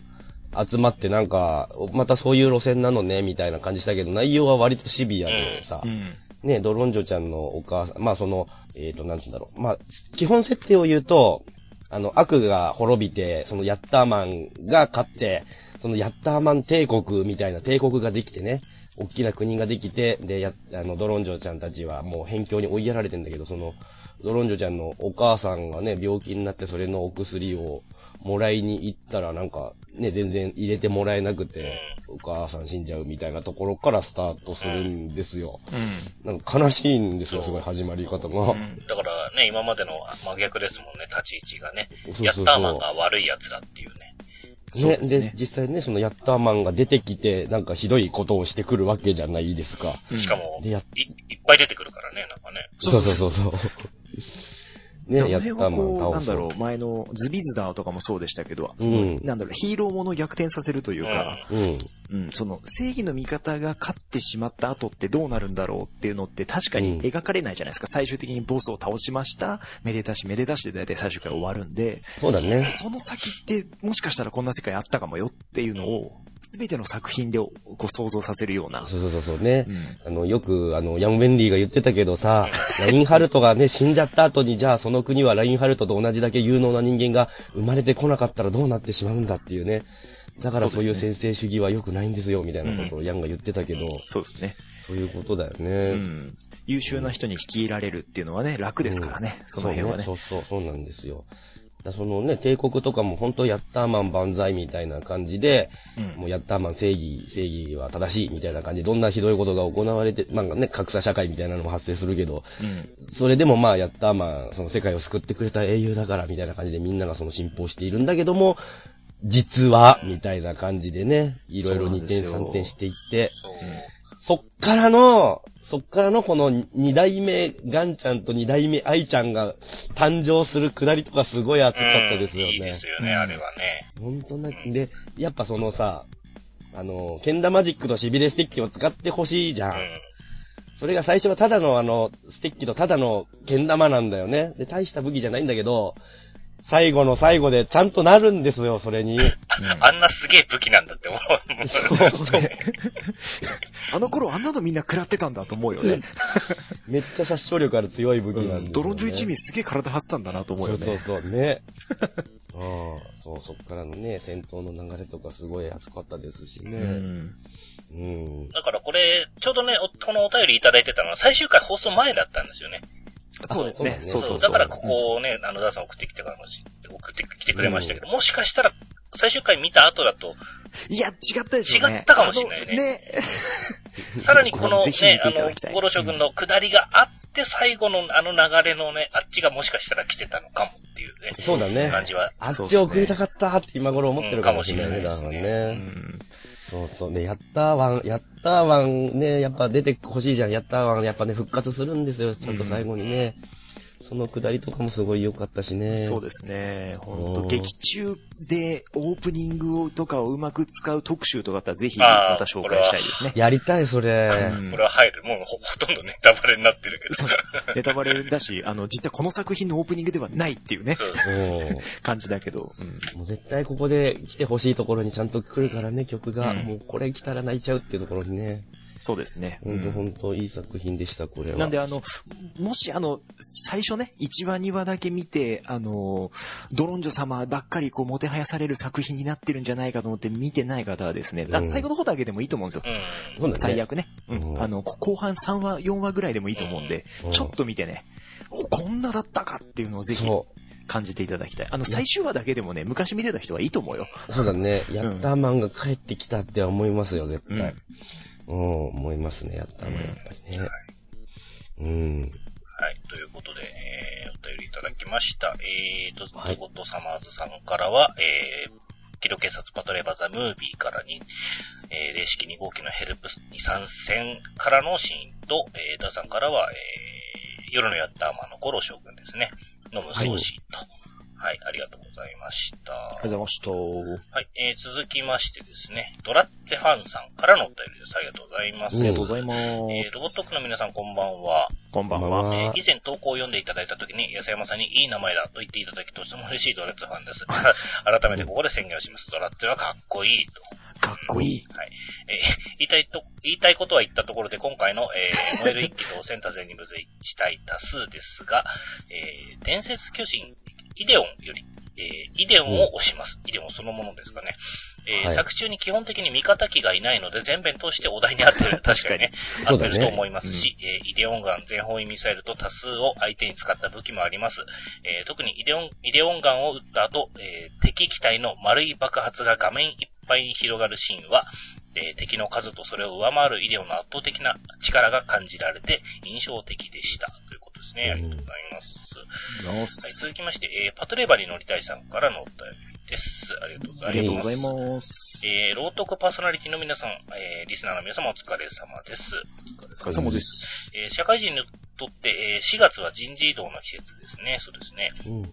[SPEAKER 1] 集まってなんか、またそういう路線なのね、みたいな感じしたけど、内容は割とシビアでさ
[SPEAKER 2] う、ん。
[SPEAKER 1] ね、ドロンジョちゃんのお母さん、まあその、えっ、と、なんつうんだろう。まあ、基本設定を言うと、あの、悪が滅びて、そのヤッターマンが勝って、そのヤッターマン帝国みたいな帝国ができてね、大きな国ができて、で、や、あの、ドロンジョちゃんたちはもう辺境に追いやられてんだけど、その、ドロンジョちゃんのお母さんがね、病気になってそれのお薬をもらいに行ったらなんか、ね、全然入れてもらえなくて、お母さん死んじゃうみたいなところからスタートするんですよ。
[SPEAKER 2] うん。
[SPEAKER 1] なんか悲しいんですよ、すごい始まり方が。
[SPEAKER 3] だからね、今までの真逆ですもんね、立ち位置がね。
[SPEAKER 1] そうそうそう
[SPEAKER 3] やったーマンが悪い奴らっていうね。
[SPEAKER 2] そう
[SPEAKER 1] ね、
[SPEAKER 2] ですね
[SPEAKER 1] で、実際ね、そのヤッターマンが出てきて、なんかひどいことをしてくるわけじゃないですか。
[SPEAKER 2] うん。
[SPEAKER 3] しかも、
[SPEAKER 1] で
[SPEAKER 3] い
[SPEAKER 1] やっ
[SPEAKER 3] いっぱい出てくるからね、なんかね。
[SPEAKER 1] そうそうそうそう。ね、
[SPEAKER 2] で、
[SPEAKER 1] ヤ
[SPEAKER 2] あの辺
[SPEAKER 1] ッター
[SPEAKER 2] は
[SPEAKER 1] マ
[SPEAKER 2] こ
[SPEAKER 1] ン
[SPEAKER 2] う、な
[SPEAKER 1] 倒
[SPEAKER 2] ん
[SPEAKER 1] す
[SPEAKER 2] だ。ろう、前のズビズダーとかもそうでしたけど、
[SPEAKER 1] うん
[SPEAKER 2] なんだろう、ヒーローものを逆転させるというか、
[SPEAKER 1] うん。
[SPEAKER 2] うん、その正義の味方が勝ってしまった後ってどうなるんだろうっていうのって確かに描かれないじゃないですか。最終的にボスを倒しました。めでたしめでたしで大体最終回終わるんで、
[SPEAKER 1] そうだね。
[SPEAKER 2] その先ってもしかしたらこんな世界あったかもよっていうのを、すべての作品でこう想像させるような。
[SPEAKER 1] そうそうそうそうね
[SPEAKER 2] う。ん。
[SPEAKER 1] あの、よく、あの、ヤン・ウェンリーが言ってたけど さ、ラインハルトがね、死んじゃった後に、じゃあその国はラインハルトと同じだけ有能な人間が生まれてこなかったらどうなってしまうんだっていうね。だからそういう
[SPEAKER 2] そう
[SPEAKER 1] 先制主義は良くないんですよ、みたいなことをヤンが言ってたけど、
[SPEAKER 2] そうですね。
[SPEAKER 1] そういうことだよね。
[SPEAKER 2] うん。優秀な人に引き入られるっていうのはね、楽ですからね。その辺はね。
[SPEAKER 1] そうそう、そうなんですよ。だそのね、帝国とかも本当ヤッターマン万歳みたいな感じで、
[SPEAKER 2] うん
[SPEAKER 1] もうヤッターマン正義、正義は正しいみたいな感じで、どんなひどいことが行われて、まあね、格差社会みたいなのも発生するけど、
[SPEAKER 2] うん。
[SPEAKER 1] それでもまあヤッターマン、その世界を救ってくれた英雄だからみたいな感じでみんながその信奉しているんだけども、実は、みたいな感じでね、いろいろ
[SPEAKER 2] そう
[SPEAKER 1] 2
[SPEAKER 2] なんで
[SPEAKER 1] 点
[SPEAKER 2] すよ
[SPEAKER 1] 3点していって、
[SPEAKER 3] そう。
[SPEAKER 1] そっからの、そっからのこの二代目ガンちゃんと二代目アイちゃんが誕生するくだりとかすごい熱かったですよ
[SPEAKER 3] うんいいで
[SPEAKER 1] ね
[SPEAKER 3] す。よね、
[SPEAKER 2] うん
[SPEAKER 3] あれはね。
[SPEAKER 1] 本当な、で、やっぱそのさ、あの、けん玉マジックとしびれステッキを使ってほしいじゃん。
[SPEAKER 3] う
[SPEAKER 1] それが最初はただのあの、ステッキとただのけん玉なんだよね。で、大した武器じゃないんだけど、最後の最後でちゃんとなるんですよ、それに。
[SPEAKER 3] ん。あんなすげえ武器なんだって思う。
[SPEAKER 2] あの頃あんなのみんな食らってたんだと思うよね。
[SPEAKER 1] めっちゃ殺傷力ある強い武器
[SPEAKER 2] う
[SPEAKER 1] なん
[SPEAKER 2] ん
[SPEAKER 1] ですよ、ね。
[SPEAKER 2] ドロンジョ一味すげえ体張ってたんだなと思うよね。
[SPEAKER 1] そうそうそう、ね。 ああ、そう、そっからのね、戦闘の流れとかすごい熱かったですし
[SPEAKER 2] う
[SPEAKER 1] ね。
[SPEAKER 2] ん。
[SPEAKER 1] うん。
[SPEAKER 3] だからこれ、ちょうどね、おこのお便りいただいてたのは最終回放送前だったんですよね。
[SPEAKER 2] そうですね。
[SPEAKER 1] そ
[SPEAKER 2] そうう
[SPEAKER 1] だね
[SPEAKER 2] そうそう。
[SPEAKER 3] だからここをね、あの、ダーさん送ってきてからもし、送ってきてくれましたけど、もしかしたら、最終回見た後だと、
[SPEAKER 2] いや、違ったでしょ、ね。
[SPEAKER 3] 違ったかもしれないね
[SPEAKER 2] あの
[SPEAKER 3] さらにこの
[SPEAKER 2] ぜひ見て
[SPEAKER 3] ね
[SPEAKER 2] い、
[SPEAKER 3] あ
[SPEAKER 2] ただきたい
[SPEAKER 3] の、五郎将軍の下りがあって、最後のあの流れのね、あっちがもしかしたら来てたのかもっていうね。
[SPEAKER 1] そうだね
[SPEAKER 3] 感じは。
[SPEAKER 1] あっ
[SPEAKER 2] そうっ
[SPEAKER 1] ち
[SPEAKER 2] すね
[SPEAKER 1] 送りたかったって今頃思ってるかもしれないね、
[SPEAKER 3] うん
[SPEAKER 1] だ
[SPEAKER 3] か
[SPEAKER 1] か
[SPEAKER 3] もし
[SPEAKER 1] ら
[SPEAKER 3] れない
[SPEAKER 2] うん
[SPEAKER 1] ね。そうそうね、やったーワン、やったーワンね、やっぱ出てほしいじゃん、やったーワン、やっぱね、復活するんですよ、ちゃんと最後にね。そのくだりとかもすごい良かったしね。
[SPEAKER 2] そうですね。本
[SPEAKER 1] う
[SPEAKER 2] 当
[SPEAKER 1] ん
[SPEAKER 2] 劇中でオープニングとかをうまく使う特集とかあったらぜひ
[SPEAKER 3] あー
[SPEAKER 2] また紹介したいですね。
[SPEAKER 1] やりたい、それ。
[SPEAKER 2] うん
[SPEAKER 3] これは入る。もうほほとんどネタバレになってるけど。
[SPEAKER 2] そうネタバレだし、あの、実はこの作品のオープニングではないっていうね、
[SPEAKER 3] そう
[SPEAKER 1] うん
[SPEAKER 2] 感じだけど。うん
[SPEAKER 1] もう絶対ここで来てほしいところにちゃんと来るからね、曲が。
[SPEAKER 2] うん
[SPEAKER 1] もうこれ来たら泣いちゃうっていうところにね。
[SPEAKER 2] そうですね。
[SPEAKER 1] ほんと
[SPEAKER 2] うん
[SPEAKER 1] ほんといい作品でした、これは。
[SPEAKER 2] なんであの、もしあの、最初ね、1話2話だけ見て、あの、ドロンジョ様ばっかりこう、もてはやされる作品になってるんじゃないかと思って見てない方はですね、だ
[SPEAKER 1] うん
[SPEAKER 2] 最後の方だけでもいいと思うんですよ。
[SPEAKER 3] うん。
[SPEAKER 1] そうだね
[SPEAKER 2] 最悪ね。う
[SPEAKER 1] うん
[SPEAKER 2] ん。あの、こ後半3話、4話ぐらいでもいいと思うんで、
[SPEAKER 1] うん
[SPEAKER 2] ちょっと見てね、おこんなだったかっていうのをぜひ
[SPEAKER 1] そ
[SPEAKER 2] 感じていただきたい。あの、最終話だけでもね、昔見てた人はいいと思うよ。
[SPEAKER 1] う。そうだね。ヤッターマンが帰ってきたって思いますよ、絶対。うん、思いますね、ヤッターマン、やっぱりね。うん。
[SPEAKER 3] はい。ということで、えー、お便りいただきました。えーと、ズ
[SPEAKER 1] はい
[SPEAKER 3] コットサマーズさんからは、えー、キロ警察パトレーバーザムービーからに、えー、霊式2号機のヘルプに参戦からのシーンと、えー、ダさんからは、えー、夜のやったマンの頃将軍ですね。の無双シーンと。はい、ありがとうございました。
[SPEAKER 2] ありがとうございまし
[SPEAKER 3] はい、えー、続きましてですね、ドラッツェファンさんからのお便りです。ありがとうございます。
[SPEAKER 2] た。ありがとうございます。
[SPEAKER 3] えー、ロボットックの皆さんこんばんは。
[SPEAKER 2] こんばん
[SPEAKER 1] こんばんは
[SPEAKER 2] は。
[SPEAKER 3] えー以前投稿を読んでいただいた時に、安山さんにいい名前だと言っていただきとても嬉しいドラッツファンです。 改めてここで宣言をします。ドラッツはかっこいいと。
[SPEAKER 2] かっこいい。
[SPEAKER 3] はい。えー言いたいと、言いたいことは言ったところで、今回の、えー燃える一気とセンタゼに無税一対多数ですが、 えー伝説巨人、イデオンより、えーイデオンを押します。イデオンそのものですかね。えー
[SPEAKER 1] はい
[SPEAKER 3] 作中に基本的に味方機がいないので、全編通してお題に合って る。確かにね。合
[SPEAKER 1] そう
[SPEAKER 3] って
[SPEAKER 1] だね
[SPEAKER 3] ると思いますし、えーイデオンガン全方位ミサイルと多数を相手に使った武器もあります。えー特にイデオン、イデオンガンを撃った後、えー敵機体の丸い爆発が画面いっぱいに広がるシーンは、えー敵の数とそれを上回るイデオンの圧倒的な力が感じられて印象的でした。ということですね。ありがとうございます。はい、続きまして、えーパトレーバーに乗りたいさんからのお便りです。ありがとうござ
[SPEAKER 2] あ
[SPEAKER 3] い
[SPEAKER 2] りがとう
[SPEAKER 3] ま
[SPEAKER 2] ござい
[SPEAKER 3] す。
[SPEAKER 2] ます。
[SPEAKER 3] えー、朗読パーソナリティの皆さん、えーリスナーの皆様お疲れ様です。
[SPEAKER 2] お疲れ様です。
[SPEAKER 3] えー社会人にとって、えー4月は人事異動の季節ですね。そうですね。
[SPEAKER 1] うん。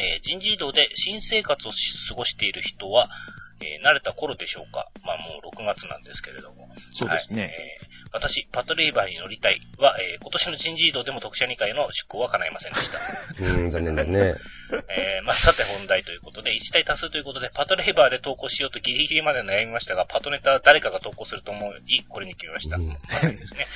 [SPEAKER 3] えー人事異動で新生活をし過ごしている人は、えー慣れた頃でしょうか。まあもう6月なんですけれども。
[SPEAKER 2] そうですね
[SPEAKER 3] はいえー私、パトレイバーに乗りたいは、えー今年の人事異動でも特社2会の出向は叶いませんでした。
[SPEAKER 1] うん、残念だね。
[SPEAKER 3] えーまあ、さて本題ということで、1対多数ということで、パトレーバーで投稿しようとギリギリまで悩みましたが、パトネタは誰かが投稿すると思い、これに決めました。
[SPEAKER 1] うん
[SPEAKER 3] まさにですね。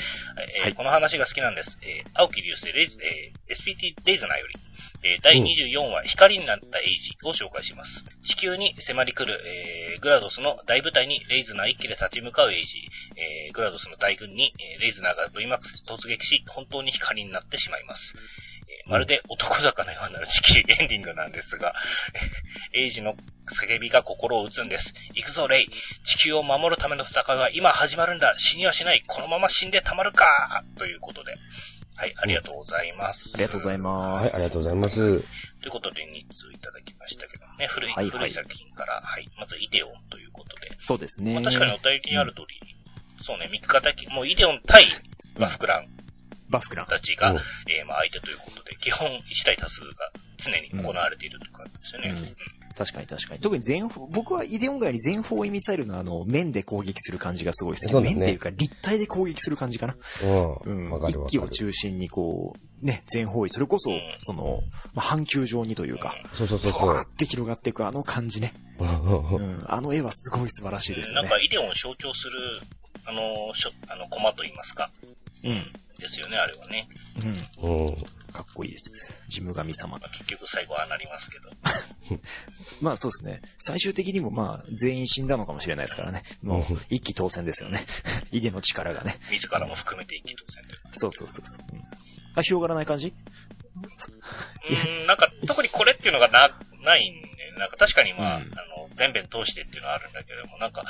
[SPEAKER 3] えー
[SPEAKER 2] はい
[SPEAKER 3] この話が好きなんです。えー青木流星レイズ、えー SPT レイズナーより、えー第24話、光になったエイジを紹介します。地球に迫り来る、えーグラドスの大部隊にレイズナー一気で立ち向かうエイジ、えーグラドスの大軍に、えーレイズナーが VMAX で突撃し、本当に光になってしまいます。えーまるで男坂のような地球エンディングなんですが、 エイジの叫びが心を打つんです。行くぞ、レイ。地球を守るための戦いは今始まるんだ。死にはしない。このまま死んでたまるかということで。はい、ありがとうございます。
[SPEAKER 2] ありがとうございま
[SPEAKER 1] はい、あ
[SPEAKER 2] す。
[SPEAKER 1] りがとうございます。
[SPEAKER 3] ということで、2通いただきましたけどね、古い、
[SPEAKER 2] はいはい
[SPEAKER 3] 古い作品から、はい、まずイデオンということで。
[SPEAKER 2] そうですね。
[SPEAKER 3] まあ、確かにお便りにある通り、そうね、三日滝、もうイデオン対バフクラン
[SPEAKER 2] バフクラン。
[SPEAKER 3] たちが、
[SPEAKER 1] うん
[SPEAKER 3] えーまあ相手ということで、基本1対多数が常に行われているという感じですよね。
[SPEAKER 2] うん
[SPEAKER 3] うん
[SPEAKER 2] 確かに確かに。特に全方、僕はイデオンガイに全方位ミサイルのあの、面で攻撃する感じがすごいです
[SPEAKER 1] そ
[SPEAKER 2] ね。
[SPEAKER 1] うだね
[SPEAKER 2] 面っていうか立体で攻撃する感じかな。
[SPEAKER 1] う。
[SPEAKER 2] うんん。
[SPEAKER 1] わかるわか
[SPEAKER 2] 一気
[SPEAKER 1] る
[SPEAKER 2] を。中心にこう、ね、全方位、それこそ
[SPEAKER 3] うん、
[SPEAKER 2] その、まあ、半球状にというか、
[SPEAKER 1] そうそう
[SPEAKER 2] ふ
[SPEAKER 1] そうそう
[SPEAKER 2] わー。って広がっていくあの感じね。
[SPEAKER 1] うんうんうん
[SPEAKER 2] うん。あの絵はすごい素晴らしいです
[SPEAKER 3] な
[SPEAKER 2] よ
[SPEAKER 3] ん
[SPEAKER 2] ね
[SPEAKER 3] か。イデオンを象徴する、あの、しょあの、コマといいますか、
[SPEAKER 2] うん。
[SPEAKER 3] ですよね、あれはね。
[SPEAKER 2] うん。
[SPEAKER 1] うん。
[SPEAKER 2] かっこいいです。ジム神様。
[SPEAKER 3] まあ、結局最後はああなりますけど。
[SPEAKER 2] まあそうですね。最終的にもまあ全員死んだのかもしれないですからね。もう
[SPEAKER 1] うん
[SPEAKER 2] 一気当選ですよね。 イデの力がね。
[SPEAKER 3] 自らも含めて一気当選という
[SPEAKER 2] そうそうそうそう。うんあ、広がらない感じ
[SPEAKER 3] うん、なんか、特にこれっていうのがな、ないんで、なんか確かにまあ、
[SPEAKER 2] うん
[SPEAKER 3] あの、全編通してっていうのはあるんだけれども、なんか、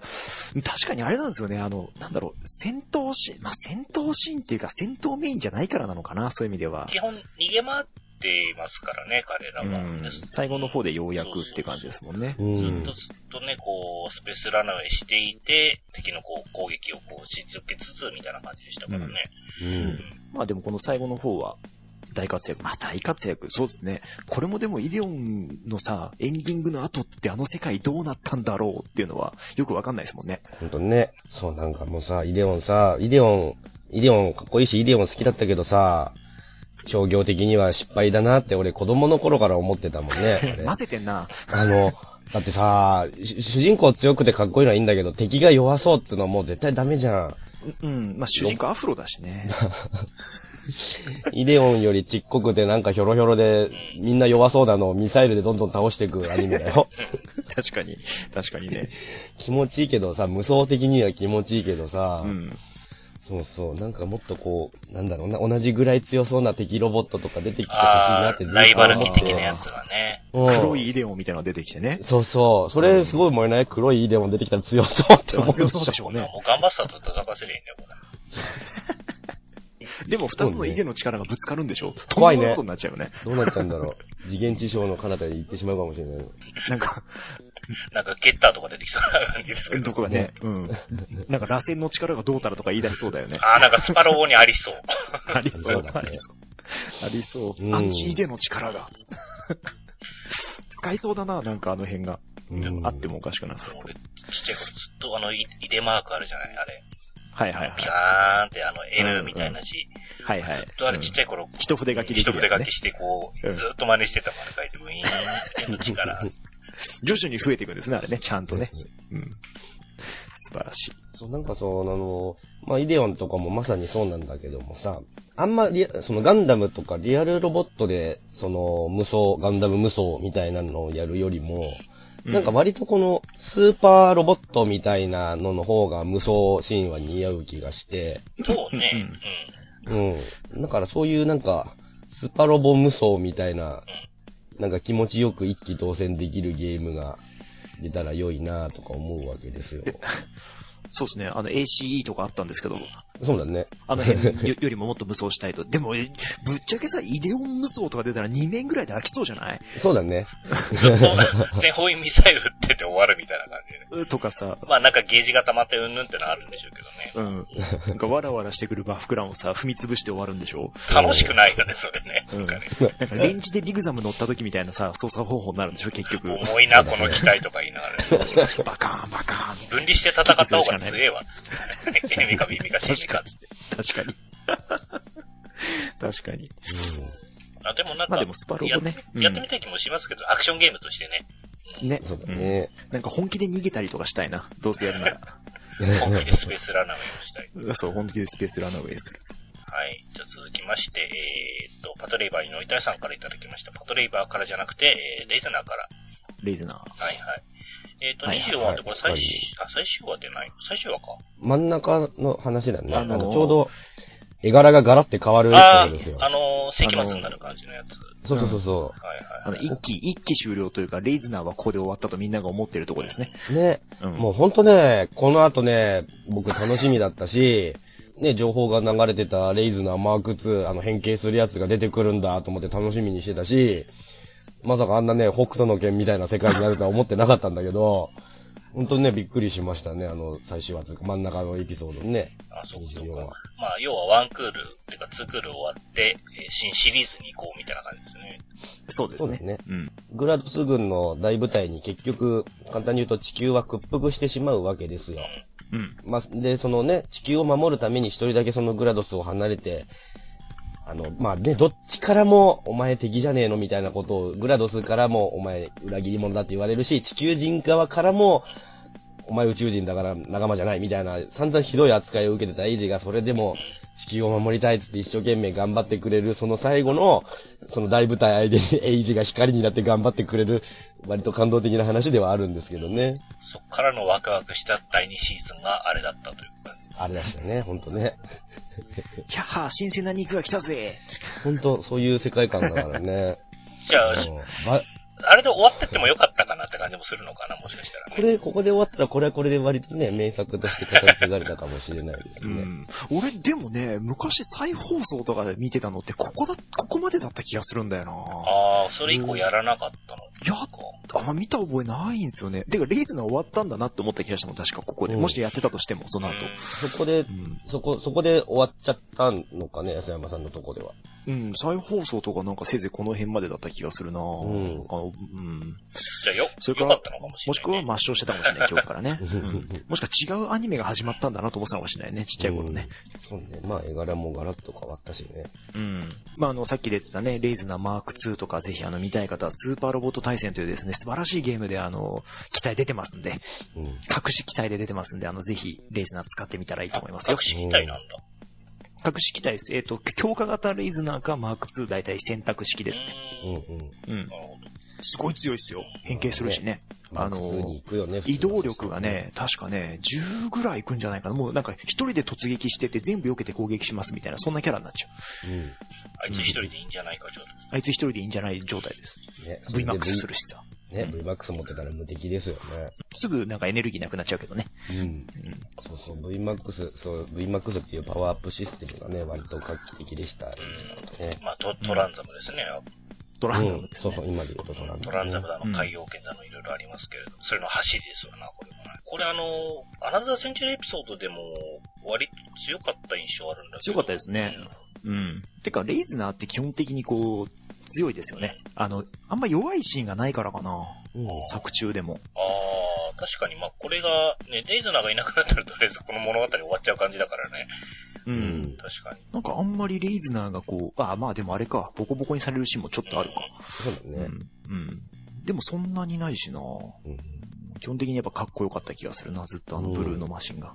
[SPEAKER 2] 確かにあれなんですよね。あの、なんだろう、戦闘シーン、まあ戦闘シーンっていうか戦闘メインじゃないからなのかな、そういう意味では。
[SPEAKER 3] 基本逃げ回っていますからね、彼ら
[SPEAKER 2] う
[SPEAKER 3] は。
[SPEAKER 2] ん
[SPEAKER 3] で。
[SPEAKER 2] 最後の方でようやくって感じですもんね。
[SPEAKER 1] うん
[SPEAKER 3] ずっとずっとね、こう、スペースランナーウェイしていて、敵のこう、攻撃をこう、し続けつつ、みたいな感じでしたからね。
[SPEAKER 1] うん
[SPEAKER 2] まあでもこの最後の方は、大活躍。まあ大活躍。そうですね。これもでもイデオンのさ、エンディングの後ってあの世界どうなったんだろうっていうのはよくわかんないですもんね。
[SPEAKER 1] ほんとね。そう、なんかもうさ、イデオンさ、イデオン、イデオンかっこいいし、イデオン好きだったけどさ、商業的には失敗だなって俺子供の頃から思ってたもんね。あ れ
[SPEAKER 2] 混ぜてんな。
[SPEAKER 1] あの、だってさ、し主人公強くてかっこいいのはいいんだけど、敵が弱そうってのはもう絶対ダメじゃん。
[SPEAKER 2] うん。まあ主人公アフロだし ね。
[SPEAKER 1] イデオンよりちっこくてなんかひょろひょろで、みんな弱そうなのをミサイルでどんどん倒していくアニメだ よ。
[SPEAKER 2] 確かに。確かにね。
[SPEAKER 1] 気持ちいいけどさ、無双的には気持ちいいけどさ、
[SPEAKER 2] うん。
[SPEAKER 1] そうそう、なんかもっとこう、なんだろうな、同じぐらい強そうな敵ロボットとか出てきてほしいな
[SPEAKER 3] あ
[SPEAKER 1] って
[SPEAKER 3] ー
[SPEAKER 1] ずっと思
[SPEAKER 3] ラ
[SPEAKER 1] って
[SPEAKER 3] イバル機的なやつがね。
[SPEAKER 1] うん
[SPEAKER 2] 黒いイデオンみたいなのが出てきてね。
[SPEAKER 1] そうそう、それすごい燃えない黒いイデオン出てきたら強そうって思う。
[SPEAKER 2] 強そうでしょうね。
[SPEAKER 3] もうガンバスターと戦せりゃいいんだよ、これ。
[SPEAKER 2] でも二つのイデの力がぶつかるんでしょ
[SPEAKER 1] 怖いね
[SPEAKER 2] とんでもなことになっちゃう
[SPEAKER 1] ど
[SPEAKER 2] よね。
[SPEAKER 1] うなっちゃうんだろう。次元地上の彼方に行ってしまうかもしれない。
[SPEAKER 2] なんか、
[SPEAKER 3] なんかゲッターとか出てきそうな感じで すけど。
[SPEAKER 2] どこがね。うん。なんか螺旋の力がどうたらとか言い出しそうだよね。
[SPEAKER 3] ああ、なんかスパロボに ありそう。
[SPEAKER 2] ありそ
[SPEAKER 1] そううだね
[SPEAKER 2] ありそう。 ありそう。
[SPEAKER 1] うん
[SPEAKER 2] アンチイデの力が。使いそうだな、なんかあの辺が。
[SPEAKER 1] うん
[SPEAKER 2] あってもおかしくなさそう
[SPEAKER 3] 俺。、ちっちゃい頃ずっとあの、いいでマークあるじゃないあれ。
[SPEAKER 2] はいはいはい。
[SPEAKER 3] ピカーンってあの N みたいな字。
[SPEAKER 2] はいはい。
[SPEAKER 3] ずっとあれちっちゃい頃。
[SPEAKER 2] 一筆書きでき
[SPEAKER 3] 一
[SPEAKER 2] るやつね
[SPEAKER 3] 筆書きしてこ
[SPEAKER 2] う
[SPEAKER 3] う、
[SPEAKER 2] ん
[SPEAKER 3] ずっと真似してたから書いて、ブイーンって力。
[SPEAKER 2] うん徐々に増えていくんですね、あれね、ちゃんとね。うん。素晴らしい。
[SPEAKER 1] そう、なんかそう、あの、まあ、イデオンとかもまさにそうなんだけどもさ、あんまり、そのガンダムとかリアルロボットで、その無双、ガンダム無双みたいなのをやるよりも、
[SPEAKER 2] うん
[SPEAKER 1] なんか割とこのスーパーロボットみたいなのの方が無双シーンは似合う気がして、
[SPEAKER 3] そうね。
[SPEAKER 2] う
[SPEAKER 3] うんん。
[SPEAKER 1] うん。だからそういうなんか、スパロボ無双みたいな、なんか気持ちよく一気当選できるゲームが出たら良いなとか思うわけですよ。
[SPEAKER 2] そうですね、あの ACE とかあったんですけど、
[SPEAKER 1] そうだね。
[SPEAKER 2] あの辺よよ りももっと無双したいと。でも、えぶっちゃけさ、イデオン無双とか出たら2面ぐらいで飽きそうじゃない
[SPEAKER 1] そうだね。
[SPEAKER 3] ずっと全方位ミサイル撃ってて終わるみたいな感じでね。
[SPEAKER 2] とかさ、
[SPEAKER 3] まあなんかゲージが溜まってうんぬんってのはあるんでしょうけどね。
[SPEAKER 2] うん。なんかわらわらしてくるバフクランをさ、踏み潰して終わるんでしょ
[SPEAKER 3] 楽しくないよね、それね。
[SPEAKER 2] うん。
[SPEAKER 3] なんかね
[SPEAKER 2] なんかレンジでビグザム乗った時みたいなさ、操作方法になるんでしょ結局。
[SPEAKER 3] 重いな、この機体とか言いながらね。
[SPEAKER 2] バカーン、バカーン。
[SPEAKER 3] 分離して戦った方が強えわ、つって。 エミかビミかシミか、つって。
[SPEAKER 2] 確かに。確かに。
[SPEAKER 3] あ、でもなんか、
[SPEAKER 2] まあでもスパロボね
[SPEAKER 3] やっ
[SPEAKER 2] うん
[SPEAKER 3] やってみたい気もしますけど、アクションゲームとしてね、
[SPEAKER 2] ね。
[SPEAKER 1] そうだね。
[SPEAKER 2] なんか本気で逃げたりとかしたいな。どうせやるな
[SPEAKER 3] 本気でスペースランナーをしたい。
[SPEAKER 2] ら。そう、本気でスペースランナーウェイする。
[SPEAKER 3] はい。じゃあ続きまして、えーっと、パトレイバーに乗りたいさんからいただきました。パトレイバーからじゃなくて、えーレイズナーから。
[SPEAKER 2] レイズナー。
[SPEAKER 3] はいはい。えーっと、
[SPEAKER 2] はい
[SPEAKER 3] 25話ってこれ
[SPEAKER 1] は
[SPEAKER 3] 最
[SPEAKER 1] い
[SPEAKER 3] 終、あ、最終話出ない最終話か。
[SPEAKER 1] 真ん中の話だね。
[SPEAKER 2] あ
[SPEAKER 1] あ
[SPEAKER 2] の
[SPEAKER 1] のちょうど、絵柄がガラって変わる
[SPEAKER 3] あ
[SPEAKER 1] やつですよ
[SPEAKER 3] ー、。あのー、世紀末になる感じのやつ。
[SPEAKER 1] そうそうそうそ
[SPEAKER 3] はいは
[SPEAKER 2] あ
[SPEAKER 3] い
[SPEAKER 2] の、一期、一期終了というか、レイズナーはここで終わったとみんなが思ってるとこですね。
[SPEAKER 1] う。ね。
[SPEAKER 2] うん。
[SPEAKER 1] もうほんとね、この後ね、僕楽しみだったし、ね、情報が流れてたレイズナーマーク2、あの変形するやつが出てくるんだと思って楽しみにしてたし、まさかあんなね、北斗の剣みたいな世界になるとは思ってなかったんだけど、ほんとね、びっくりしましたね、あの、最終話というか、真ん中のエピソードね。
[SPEAKER 3] あ、そうかそう
[SPEAKER 1] 24
[SPEAKER 3] か
[SPEAKER 1] 話。
[SPEAKER 3] まあ、要はワンクール、てかツークール終わって、えー新シリーズに行こうみたいな感じですね。
[SPEAKER 2] そうです
[SPEAKER 1] そう
[SPEAKER 2] ね
[SPEAKER 1] で。すね。
[SPEAKER 2] うん。
[SPEAKER 1] グラドス軍の大部隊に結局、簡単に言うと地球は屈服してしまうわけですよ。
[SPEAKER 2] うん。
[SPEAKER 1] まあ、で、そのね、地球を守るために一人だけそのグラドスを離れて、あの、まあね、どっちからも、お前敵じゃねえのみたいなことを、グラドスからも、お前裏切り者だって言われるし、地球人側からも、お前宇宙人だから仲間じゃないみたいな、散々ひどい扱いを受けてたエイジが、それでも、地球を守りたいっつって一生懸命頑張ってくれる、その最後の、その大舞台相手にエイジが光になって頑張ってくれる、割と感動的な話ではあるんですけどね。
[SPEAKER 3] そっからのワクワクした第2シーズンがあれだったというか、
[SPEAKER 1] あれでしたね、ほんとね。
[SPEAKER 2] キャッハー、新鮮な肉が来たぜ
[SPEAKER 1] 本当そういう世界観だからね。
[SPEAKER 3] じゃ
[SPEAKER 1] あ
[SPEAKER 3] あ、
[SPEAKER 1] のば
[SPEAKER 3] あれで終わってってもよかったかなって感じもするのかな、もしかしたら
[SPEAKER 1] こ
[SPEAKER 3] ね。
[SPEAKER 1] れ、ここで終わったら、これはこれで割とね、名作として語り継がれたかもしれないです
[SPEAKER 2] う
[SPEAKER 1] ね。
[SPEAKER 2] ん。俺、でもね、昔再放送とかで見てたのって、ここだ、ここまでだった気がするんだよな
[SPEAKER 3] ああ、それ以降やらなかったの
[SPEAKER 2] や、あんま見た覚えないんですよね。てか、レイズが終わったんだなって思った気がしてもん確かここで。
[SPEAKER 1] うん
[SPEAKER 2] もしやってたとしても、その後。
[SPEAKER 1] そこで
[SPEAKER 2] う、ん。
[SPEAKER 1] そこ、そこで終わっちゃったのかね、安山さんのとこでは。
[SPEAKER 2] うん、再放送とかなんかせいぜいこの辺までだった気がするなぁ
[SPEAKER 1] うん
[SPEAKER 2] あのうん。
[SPEAKER 3] じゃあよ、
[SPEAKER 2] それ
[SPEAKER 3] よ
[SPEAKER 2] から
[SPEAKER 3] かったのかもし
[SPEAKER 2] も
[SPEAKER 3] れ
[SPEAKER 2] し
[SPEAKER 3] ない、
[SPEAKER 2] くは
[SPEAKER 3] ね。
[SPEAKER 2] 抹消してたかもしれない、今日からね。うんもしくは違うアニメが始まったんだなと思ってたかもしれないね、ちっちゃい頃ね。
[SPEAKER 1] そうね。まあ、絵柄もガラッと変わったしね。
[SPEAKER 2] うん。まあ、あの、さっき出てたね、レイズナーマーク2とか、ぜひあの、見たい方は、スーパーロボット対戦というですね、素晴らしいゲームで、あの、機体出てますんで、
[SPEAKER 1] うん。
[SPEAKER 2] 隠し機体で出てますんで、あの、ぜひ、レイズナー使ってみたらいいと思いますよ
[SPEAKER 3] 隠。し機体なんだ。
[SPEAKER 2] 隠し機体です。えっ、と、強化型レイズナーかマーク2、大体選択式ですね。
[SPEAKER 1] う
[SPEAKER 3] うんん
[SPEAKER 1] うん。
[SPEAKER 2] うん。
[SPEAKER 3] なるほど。
[SPEAKER 2] すごい強いですよ。変形するしね。
[SPEAKER 1] まあ
[SPEAKER 2] あの
[SPEAKER 1] 普通に行くよね。
[SPEAKER 2] 移動力がね、確かね、10ぐらいいくんじゃないかな。もうなんか、一人で突撃してて、全部避けて攻撃しますみたいな、そんなキャラになっちゃう。
[SPEAKER 1] 普通に。うん。
[SPEAKER 3] あいつ一人でいいんじゃないか、ちょっと。
[SPEAKER 2] あいつ一人でいいんじゃない状態です。
[SPEAKER 1] ね、
[SPEAKER 2] VMAX するしさ。
[SPEAKER 1] V- ね、VMAX 持ってたら無敵ですよね。
[SPEAKER 2] すぐなんかエネルギーなくなっちゃうけどね。
[SPEAKER 1] うん。
[SPEAKER 2] うん。
[SPEAKER 1] そうそう、VMAX、そう、VMAX っていうパワーアップシステムがね、割と画期的でした。ね。
[SPEAKER 3] まあト、トランザムですね。
[SPEAKER 2] トランザムです
[SPEAKER 1] そ
[SPEAKER 2] ね。
[SPEAKER 1] うそう、今で言うとトランザムね。
[SPEAKER 3] トランザムだ
[SPEAKER 2] う
[SPEAKER 3] の、
[SPEAKER 2] ん
[SPEAKER 3] 海洋圏だの、いろいろありますけれど、それの走りですよな、これもな。これあの、アナザーセンチュリーエピソードでも、割と強かった印象あるんだけど。
[SPEAKER 2] 強かったですね
[SPEAKER 3] うん
[SPEAKER 2] うん。てか、レイズナーって基本的にこう、強いですよね。あの、あんま弱いシーンがないからかな。
[SPEAKER 1] うん。
[SPEAKER 2] 作中でも。
[SPEAKER 3] ああ、確かに、まあ、これが、ね、レイズナーがいなくなったら、とりあえずこの物語終わっちゃう感じだからね。
[SPEAKER 2] う。
[SPEAKER 1] うんん。
[SPEAKER 3] 確かに。
[SPEAKER 2] なんかあんまりレイズナーがこう、あ、まあでもあれか、ボコボコにされるシーンもちょっとあるか。
[SPEAKER 1] そうだね。
[SPEAKER 2] うん。うん。でもそんなにないしな
[SPEAKER 1] うん。
[SPEAKER 2] 基本的にやっぱかっこよかった気がするな、ずっとあのブルーのマシンが。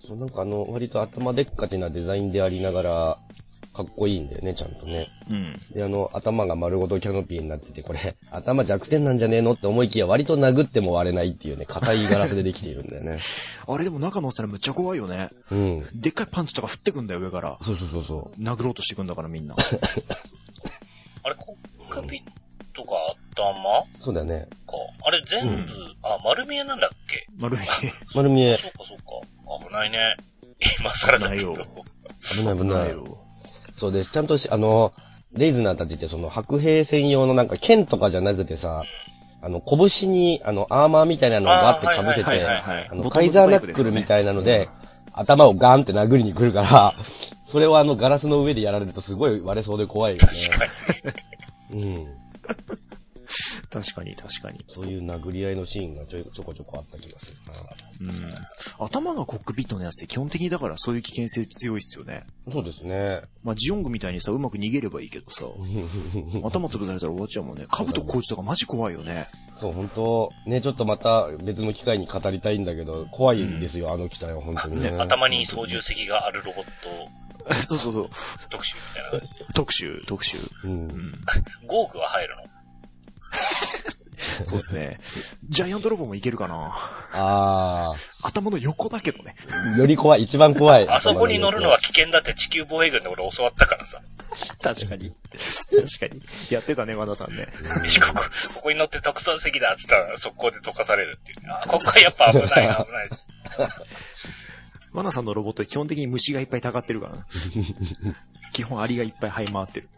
[SPEAKER 1] そう、なんかあの、割と頭でっかちなデザインでありながら、かっこいいんだよね、ちゃんとね。
[SPEAKER 2] うん。
[SPEAKER 1] で、あの、頭が丸ごとキャノピーになってて、これ、 頭弱点なんじゃねえのって思いきや、割と殴っても割れないっていうね、硬いガラスでできているんだよね。
[SPEAKER 2] あれでも中乗せたらむっちゃ怖いよね。
[SPEAKER 1] うん。
[SPEAKER 2] でっかいパンチとか降ってくんだよ、上から。
[SPEAKER 1] そうそうそうそ
[SPEAKER 2] 殴ろうとしてくんだからみ んな。
[SPEAKER 3] あれ、コックピットが頭
[SPEAKER 1] う。そうだよね。
[SPEAKER 3] か。あれ、全部、
[SPEAKER 2] うん
[SPEAKER 3] あ、丸見えなんだっけ
[SPEAKER 2] 丸い。
[SPEAKER 1] 丸見え
[SPEAKER 3] そ。うか、そうか。危ないね。今更だけど。
[SPEAKER 2] 危ない
[SPEAKER 1] 危ない危ない。
[SPEAKER 2] よ。
[SPEAKER 1] そうです。ちゃんとし、あの、レイズナーたちってその白兵専用のなんか剣とかじゃなくてさ、あの、拳にあの、アーマーみたいなのをガーって被せ
[SPEAKER 3] はい
[SPEAKER 1] て、
[SPEAKER 2] はい
[SPEAKER 1] あの、カイザーナックルみたいなので、頭をガンって殴りに来るから、 それはあの、ガラスの上でやられるとすごい割れそうで怖いよね。
[SPEAKER 3] 確かに。
[SPEAKER 1] うん。
[SPEAKER 2] 確かに、確かに。
[SPEAKER 1] そういう殴り合いのシーンがちょいちょこちょこあった気がするな。
[SPEAKER 2] うん。頭がコックピットのやつって基本的にだからそういう危険性強いっすよね。
[SPEAKER 1] そうですね。
[SPEAKER 2] まあ、ジオングみたいにさ、うまく逃げればいいけどさ、頭潰されたら終わっちゃうもんね。カブとコーチとかマジ怖いよね。
[SPEAKER 1] そう、本当ね、ちょっとまた別の機会に語りたいんだけど、怖いですよ、あの機体は本当にね。
[SPEAKER 3] 頭に操縦席があるロボット
[SPEAKER 2] そうそうそう。
[SPEAKER 3] 特集みたいな感じ。
[SPEAKER 2] 特集、特集。
[SPEAKER 1] うん
[SPEAKER 2] う。ん。
[SPEAKER 3] ゴーグは入るの
[SPEAKER 2] そうですね。ジャイアントロボもいけるかな
[SPEAKER 1] あ
[SPEAKER 2] 頭の横だけどね。
[SPEAKER 1] あ、より怖い、一番怖い。
[SPEAKER 3] あそこに乗るのは危険だって地球防衛軍で俺教わったからさ。
[SPEAKER 2] 確かに。確かに。やってたね、和田さんね。
[SPEAKER 3] よしここ、ここに乗って特捜席だっつったら速攻で溶かされるっていう。あ、ここはやっぱ危 ないな、危ないです。
[SPEAKER 2] 和田さんのロボット基本的に虫がいっぱいたかってるから な基本アリがいっぱい這い回ってる。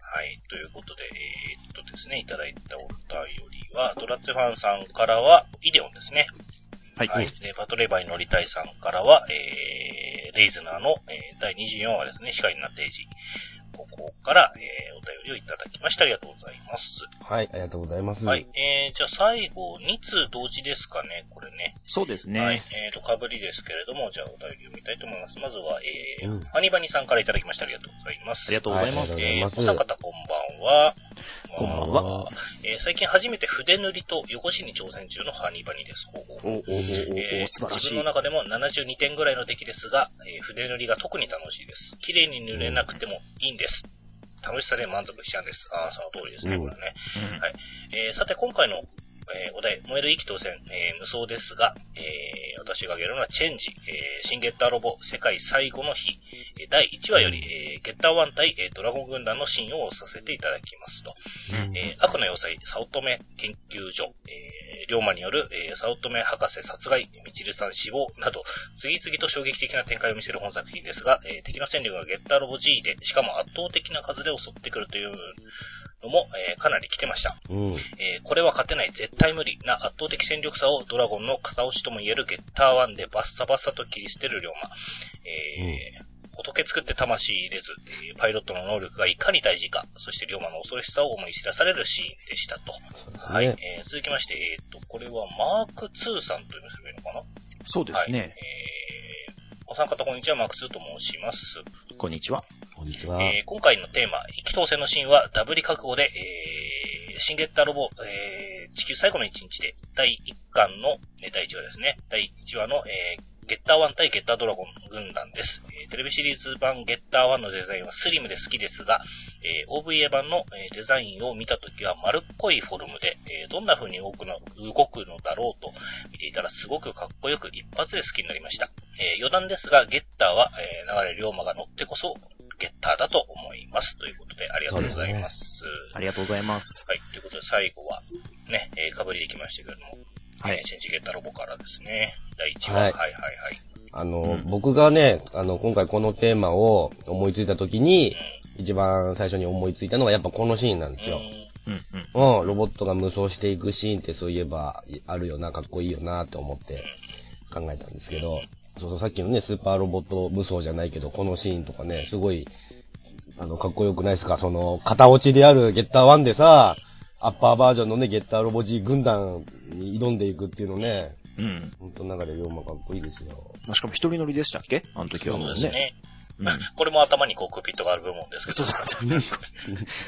[SPEAKER 3] はい。ということで、えー、っとですね、いただいたお便りは、ドラッツファンさんからは、イデオンですね。
[SPEAKER 2] はい。
[SPEAKER 3] はい。で、パトレーバーに乗りたいさんからは、えー、レイズナーの、えー、第24話ですね、光なページ。ここから、えー、お便りをいただきました。ありがとうございます。
[SPEAKER 1] はい、ありがとうございます。
[SPEAKER 3] はい。えー、じゃあ最後、2通同時ですかね、これね。
[SPEAKER 2] そうですね。
[SPEAKER 3] はい。えーと、かぶりですけれども、じゃあお便り読みたいと思います。まずは、えー、
[SPEAKER 1] うん
[SPEAKER 3] ファニバニさんからいただきました。ありがとうございます。
[SPEAKER 2] ありがとうございます。
[SPEAKER 1] は
[SPEAKER 3] えー、
[SPEAKER 1] あ
[SPEAKER 3] お
[SPEAKER 1] りがとうございます
[SPEAKER 3] 坂田こんばんは。
[SPEAKER 2] こんばん
[SPEAKER 1] あ
[SPEAKER 2] は。
[SPEAKER 3] えー最近初めて筆塗りと汚しに挑戦中のハニバニです。ほう
[SPEAKER 2] お、お、
[SPEAKER 3] ほう
[SPEAKER 2] お、お、
[SPEAKER 3] えー
[SPEAKER 2] 素晴ら
[SPEAKER 3] 自
[SPEAKER 2] し
[SPEAKER 3] 分の
[SPEAKER 2] い。
[SPEAKER 3] 中でも72点ぐらいの出来ですが、えー筆塗りが特に楽しいです。綺麗に塗れなくてもいいんです。楽しさで満足しちゃうんです。ああ、その通りですね、
[SPEAKER 1] うん
[SPEAKER 3] これはね。
[SPEAKER 2] うん
[SPEAKER 3] はいえーさて、今回の、えーお題、燃える意気当選、えー無双ですが、えー私が挙げるのは、チェンジ、えー新ゲッターロボ、世界最後の日、えー第1話より、えーゲッター1対、えードラゴン軍団のシーンをさせていただきますと。えー悪の要塞、早乙女研究所、えー、龍馬による、えー、早乙女博士殺害、みちるさん死亡など、次々と衝撃的な展開を見せる本作品ですが、えー敵の戦力がゲッターロボ G で、しかも圧倒的な数で襲ってくるというのも、えーかなり来てました。
[SPEAKER 1] うん。
[SPEAKER 3] えーこれは勝てない絶対無理な圧倒的戦力差をドラゴンの片押しとも言えるゲッター1でバッサバッサと切り捨てる龍馬。えー仏作って魂入れず、えーパイロットの能力がいかに大事か、そして龍馬の恐ろしさを思い知らされるシーンでしたと。
[SPEAKER 1] そうですね。
[SPEAKER 3] はい。えー続きまして、えっ、と、これはマーク2さんというすればいいのかな
[SPEAKER 2] そうですね。
[SPEAKER 3] はい。えーお三方こんにちは、マーク2と申します。
[SPEAKER 2] こんにちは。
[SPEAKER 1] こんにちは。
[SPEAKER 3] えー今回のテーマ、一気当選のシーンはダブリ覚悟で、えー、シンゲッターロボ、えー、地球最後の一日で、第1巻の、えー第1話ですね。第1話の、えーゲッター1対ゲッタードラゴン軍団です。えーテレビシリーズ版ゲッター1のデザインはスリムで好きですが、えー OVA 版の、えーデザインを見たときは丸っこいフォルムで、えーどんな風に動くの動くのだろうと見ていたらすごくかっこよく一発で好きになりました。えー余談ですが、ゲッターは、えー流れ龍馬が乗ってこそゲッターだと思います。ということで、ありがとうございます。
[SPEAKER 2] ありがとうございます。
[SPEAKER 3] はい。ということで、最後は、ね、えー、かぶりできましたけれども、
[SPEAKER 2] は
[SPEAKER 3] え
[SPEAKER 2] い
[SPEAKER 3] ー。チェンジゲッタロボからですね。第1話。は
[SPEAKER 1] はいい
[SPEAKER 3] はいはい。
[SPEAKER 1] あの、
[SPEAKER 2] うん
[SPEAKER 1] 僕がね、あの、今回このテーマを思いついた時に、一番最初に思いついたのがやっぱこのシーンなんです
[SPEAKER 3] う
[SPEAKER 1] よ。
[SPEAKER 3] ん
[SPEAKER 2] うんうん。
[SPEAKER 1] うん、ロボットが無双していくシーンってそういえばいあるよな、かっこいいよなと思って考えたんですけど、そうそう、さっきのね、スーパーロボット無双じゃないけど、このシーンとかね、すごい、あの、かっこよくないですかその、片落ちであるゲッター1でさ、アッパーバージョンのね、ゲッターロボ G 軍団に挑んでいくっていうのね、
[SPEAKER 2] うん。
[SPEAKER 1] ほんと中で龍馬かっこいいですよ。
[SPEAKER 2] まあ、しかも一人乗りでしたっけあの時は
[SPEAKER 3] そ
[SPEAKER 2] も
[SPEAKER 3] う
[SPEAKER 2] う
[SPEAKER 3] です
[SPEAKER 2] ね。
[SPEAKER 3] ね。
[SPEAKER 2] うん。
[SPEAKER 3] これも頭にコックピットがある部門ですけど。
[SPEAKER 2] そう そ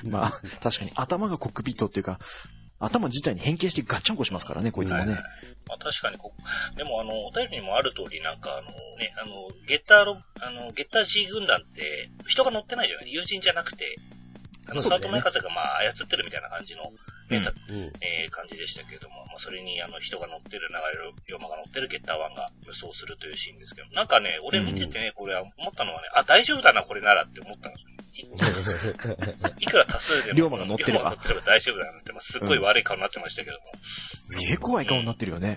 [SPEAKER 2] う。まあ、確かに頭がコックピットっていうか、頭自体に変形してガッチャンコしますからね、こいつもね。
[SPEAKER 3] まあ確かにこう、でもあの、お便りにもある通り、なんかあのね、あの、ゲッターロ、あの、ゲッター G 軍団って、人が乗ってないじゃない友人じゃなくて、あの、
[SPEAKER 2] そうだ
[SPEAKER 3] サー
[SPEAKER 2] よね
[SPEAKER 3] トメーカーがまあ操ってるみたいな感じの、ね、
[SPEAKER 2] うん
[SPEAKER 3] た
[SPEAKER 1] うん。
[SPEAKER 3] えー感じでしたけれども、まあ、それにあの人が乗ってる流れる、龍馬が乗ってるゲッター1が無双するというシーンですけど、なんかね、俺見ててね、これは思ったのはね、あ、大丈夫だな、これならって思ったんで すよ。いくら多数でも、
[SPEAKER 2] 龍馬が乗ってれば
[SPEAKER 3] 龍馬が乗ってれば大丈夫だなって、まあ、すっごい悪い顔になってましたけども。
[SPEAKER 2] すげえ怖い顔になってるよね。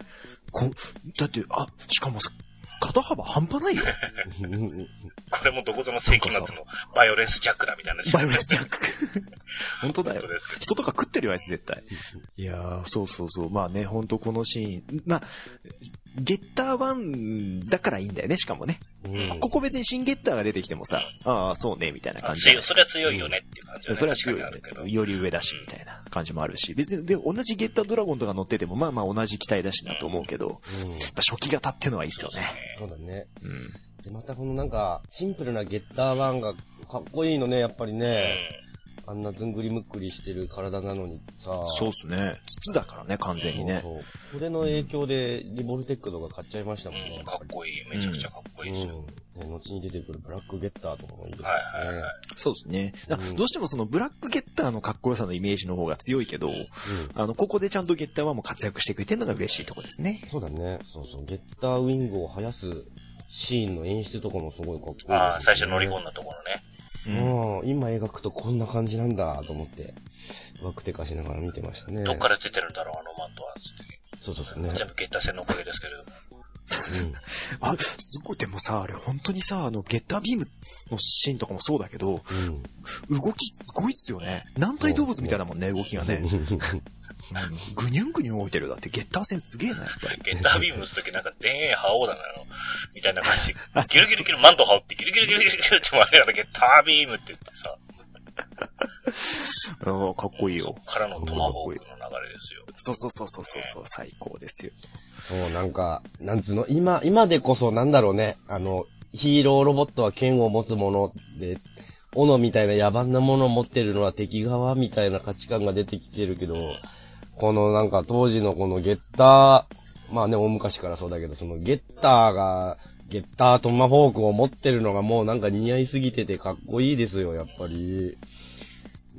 [SPEAKER 2] こ、だって、あ、しかもさ、肩幅半端 ないよ。
[SPEAKER 3] これもどこぞの世紀末のバイオレンスジャックだみたいな
[SPEAKER 2] バイオレンスジャ
[SPEAKER 3] ッ
[SPEAKER 2] ック。 本当だよ
[SPEAKER 3] 本当。ですけど。
[SPEAKER 2] 人とか食ってるよ、あいつ絶対。いやー、そうそうそう。まあね、ほんとこのシーン。まあ、ゲッター1だからいいんだよね、しかもね。
[SPEAKER 1] うん
[SPEAKER 2] ここ別に新ゲッターが出てきてもさ、ああ、そうね、みたいな
[SPEAKER 3] あ
[SPEAKER 2] 感じだね。
[SPEAKER 3] 強い、それは強いよねっていう感じは、ね、
[SPEAKER 2] それは
[SPEAKER 3] 確か
[SPEAKER 2] 強い
[SPEAKER 3] にあ
[SPEAKER 2] よ
[SPEAKER 3] る
[SPEAKER 2] ね
[SPEAKER 3] けど。。
[SPEAKER 2] より上だし、みたいな感じもあるし。別に、で、同じゲッタードラゴンとか乗ってても、まあまあ同じ機体だしなと思うけど、やっ
[SPEAKER 1] うん
[SPEAKER 2] ぱ初期型ってのはいいっすよね。
[SPEAKER 1] そうだね。
[SPEAKER 2] うん。
[SPEAKER 1] で、またこのなんか、シンプルなゲッター1がかっこいいのね、やっぱりね。あんなずんぐりむっくりしてる体なのにさ。
[SPEAKER 2] そうっすね。筒だからね、完全にね。
[SPEAKER 1] そうそうこれの影響で、リボルテックとか買っちゃいましたもん
[SPEAKER 3] うん。う
[SPEAKER 1] ね
[SPEAKER 3] ん、。かっこいい。めちゃくちゃかっこいいですよ。
[SPEAKER 1] うん。ね後に出てくるブラックゲッターとかもいいですね。
[SPEAKER 3] はいはいはい。
[SPEAKER 2] そうですね。だ
[SPEAKER 1] うん
[SPEAKER 2] どうしてもそのブラックゲッターのかっこよさのイメージの方が強いけど、
[SPEAKER 1] うん。
[SPEAKER 2] あの、ここでちゃんとゲッターはもう活躍してくれてるのが嬉しいとこですね。
[SPEAKER 1] そうだね。そうそう。ゲッターウィングを生やすシーンの演出とかもすごいかっこいいですね、
[SPEAKER 3] ああ、最初乗り込んだところね。
[SPEAKER 2] うん
[SPEAKER 1] うん。今描くとこんな感じなんだと思って、ワクテカしながら見てましたね。
[SPEAKER 3] どっから出てるんだろう、あのマントは。つって
[SPEAKER 1] そうそうそうね。
[SPEAKER 3] 全部ゲッター戦のおかげですけれども。
[SPEAKER 1] うん。
[SPEAKER 2] あ、すごい、でもさ、あれ本当にさ、あの、ゲッタービームのシーンとかもそうだけど、
[SPEAKER 1] うん。
[SPEAKER 2] 動きすごいっすよね。軟体動物みたいだもんね、動きがね。 うんぐにゅんぐにゅん動いてるよ。だってゲッター戦すげえな、やっぱり。
[SPEAKER 3] ゲッタービーム打つときなんか、田園覇王だなの、みたいな感じで、ギルギルギルマント羽織って、ギルギルギルギルギルって回りながら、ゲッタービームって言ってさ、
[SPEAKER 2] うんかっこいい
[SPEAKER 3] そ
[SPEAKER 2] よ。
[SPEAKER 3] っからのトマホークの流れですよ。
[SPEAKER 2] そうそうそうそうそうそう、最高です よ。
[SPEAKER 1] そう、なんか、なんつうの、今、今でこそなんだろうね、あの、ヒーローロボットは剣を持つもので、斧みたいな野蛮なものを持ってるのは敵側みたいな価値観が出てきてるけど、このなんか当時のこのゲッター、まあね、大昔からそうだけど、そのゲッターが、ゲッターとマホークを持ってるのがもうなんか似合いすぎててかっこいいですよ、やっぱり。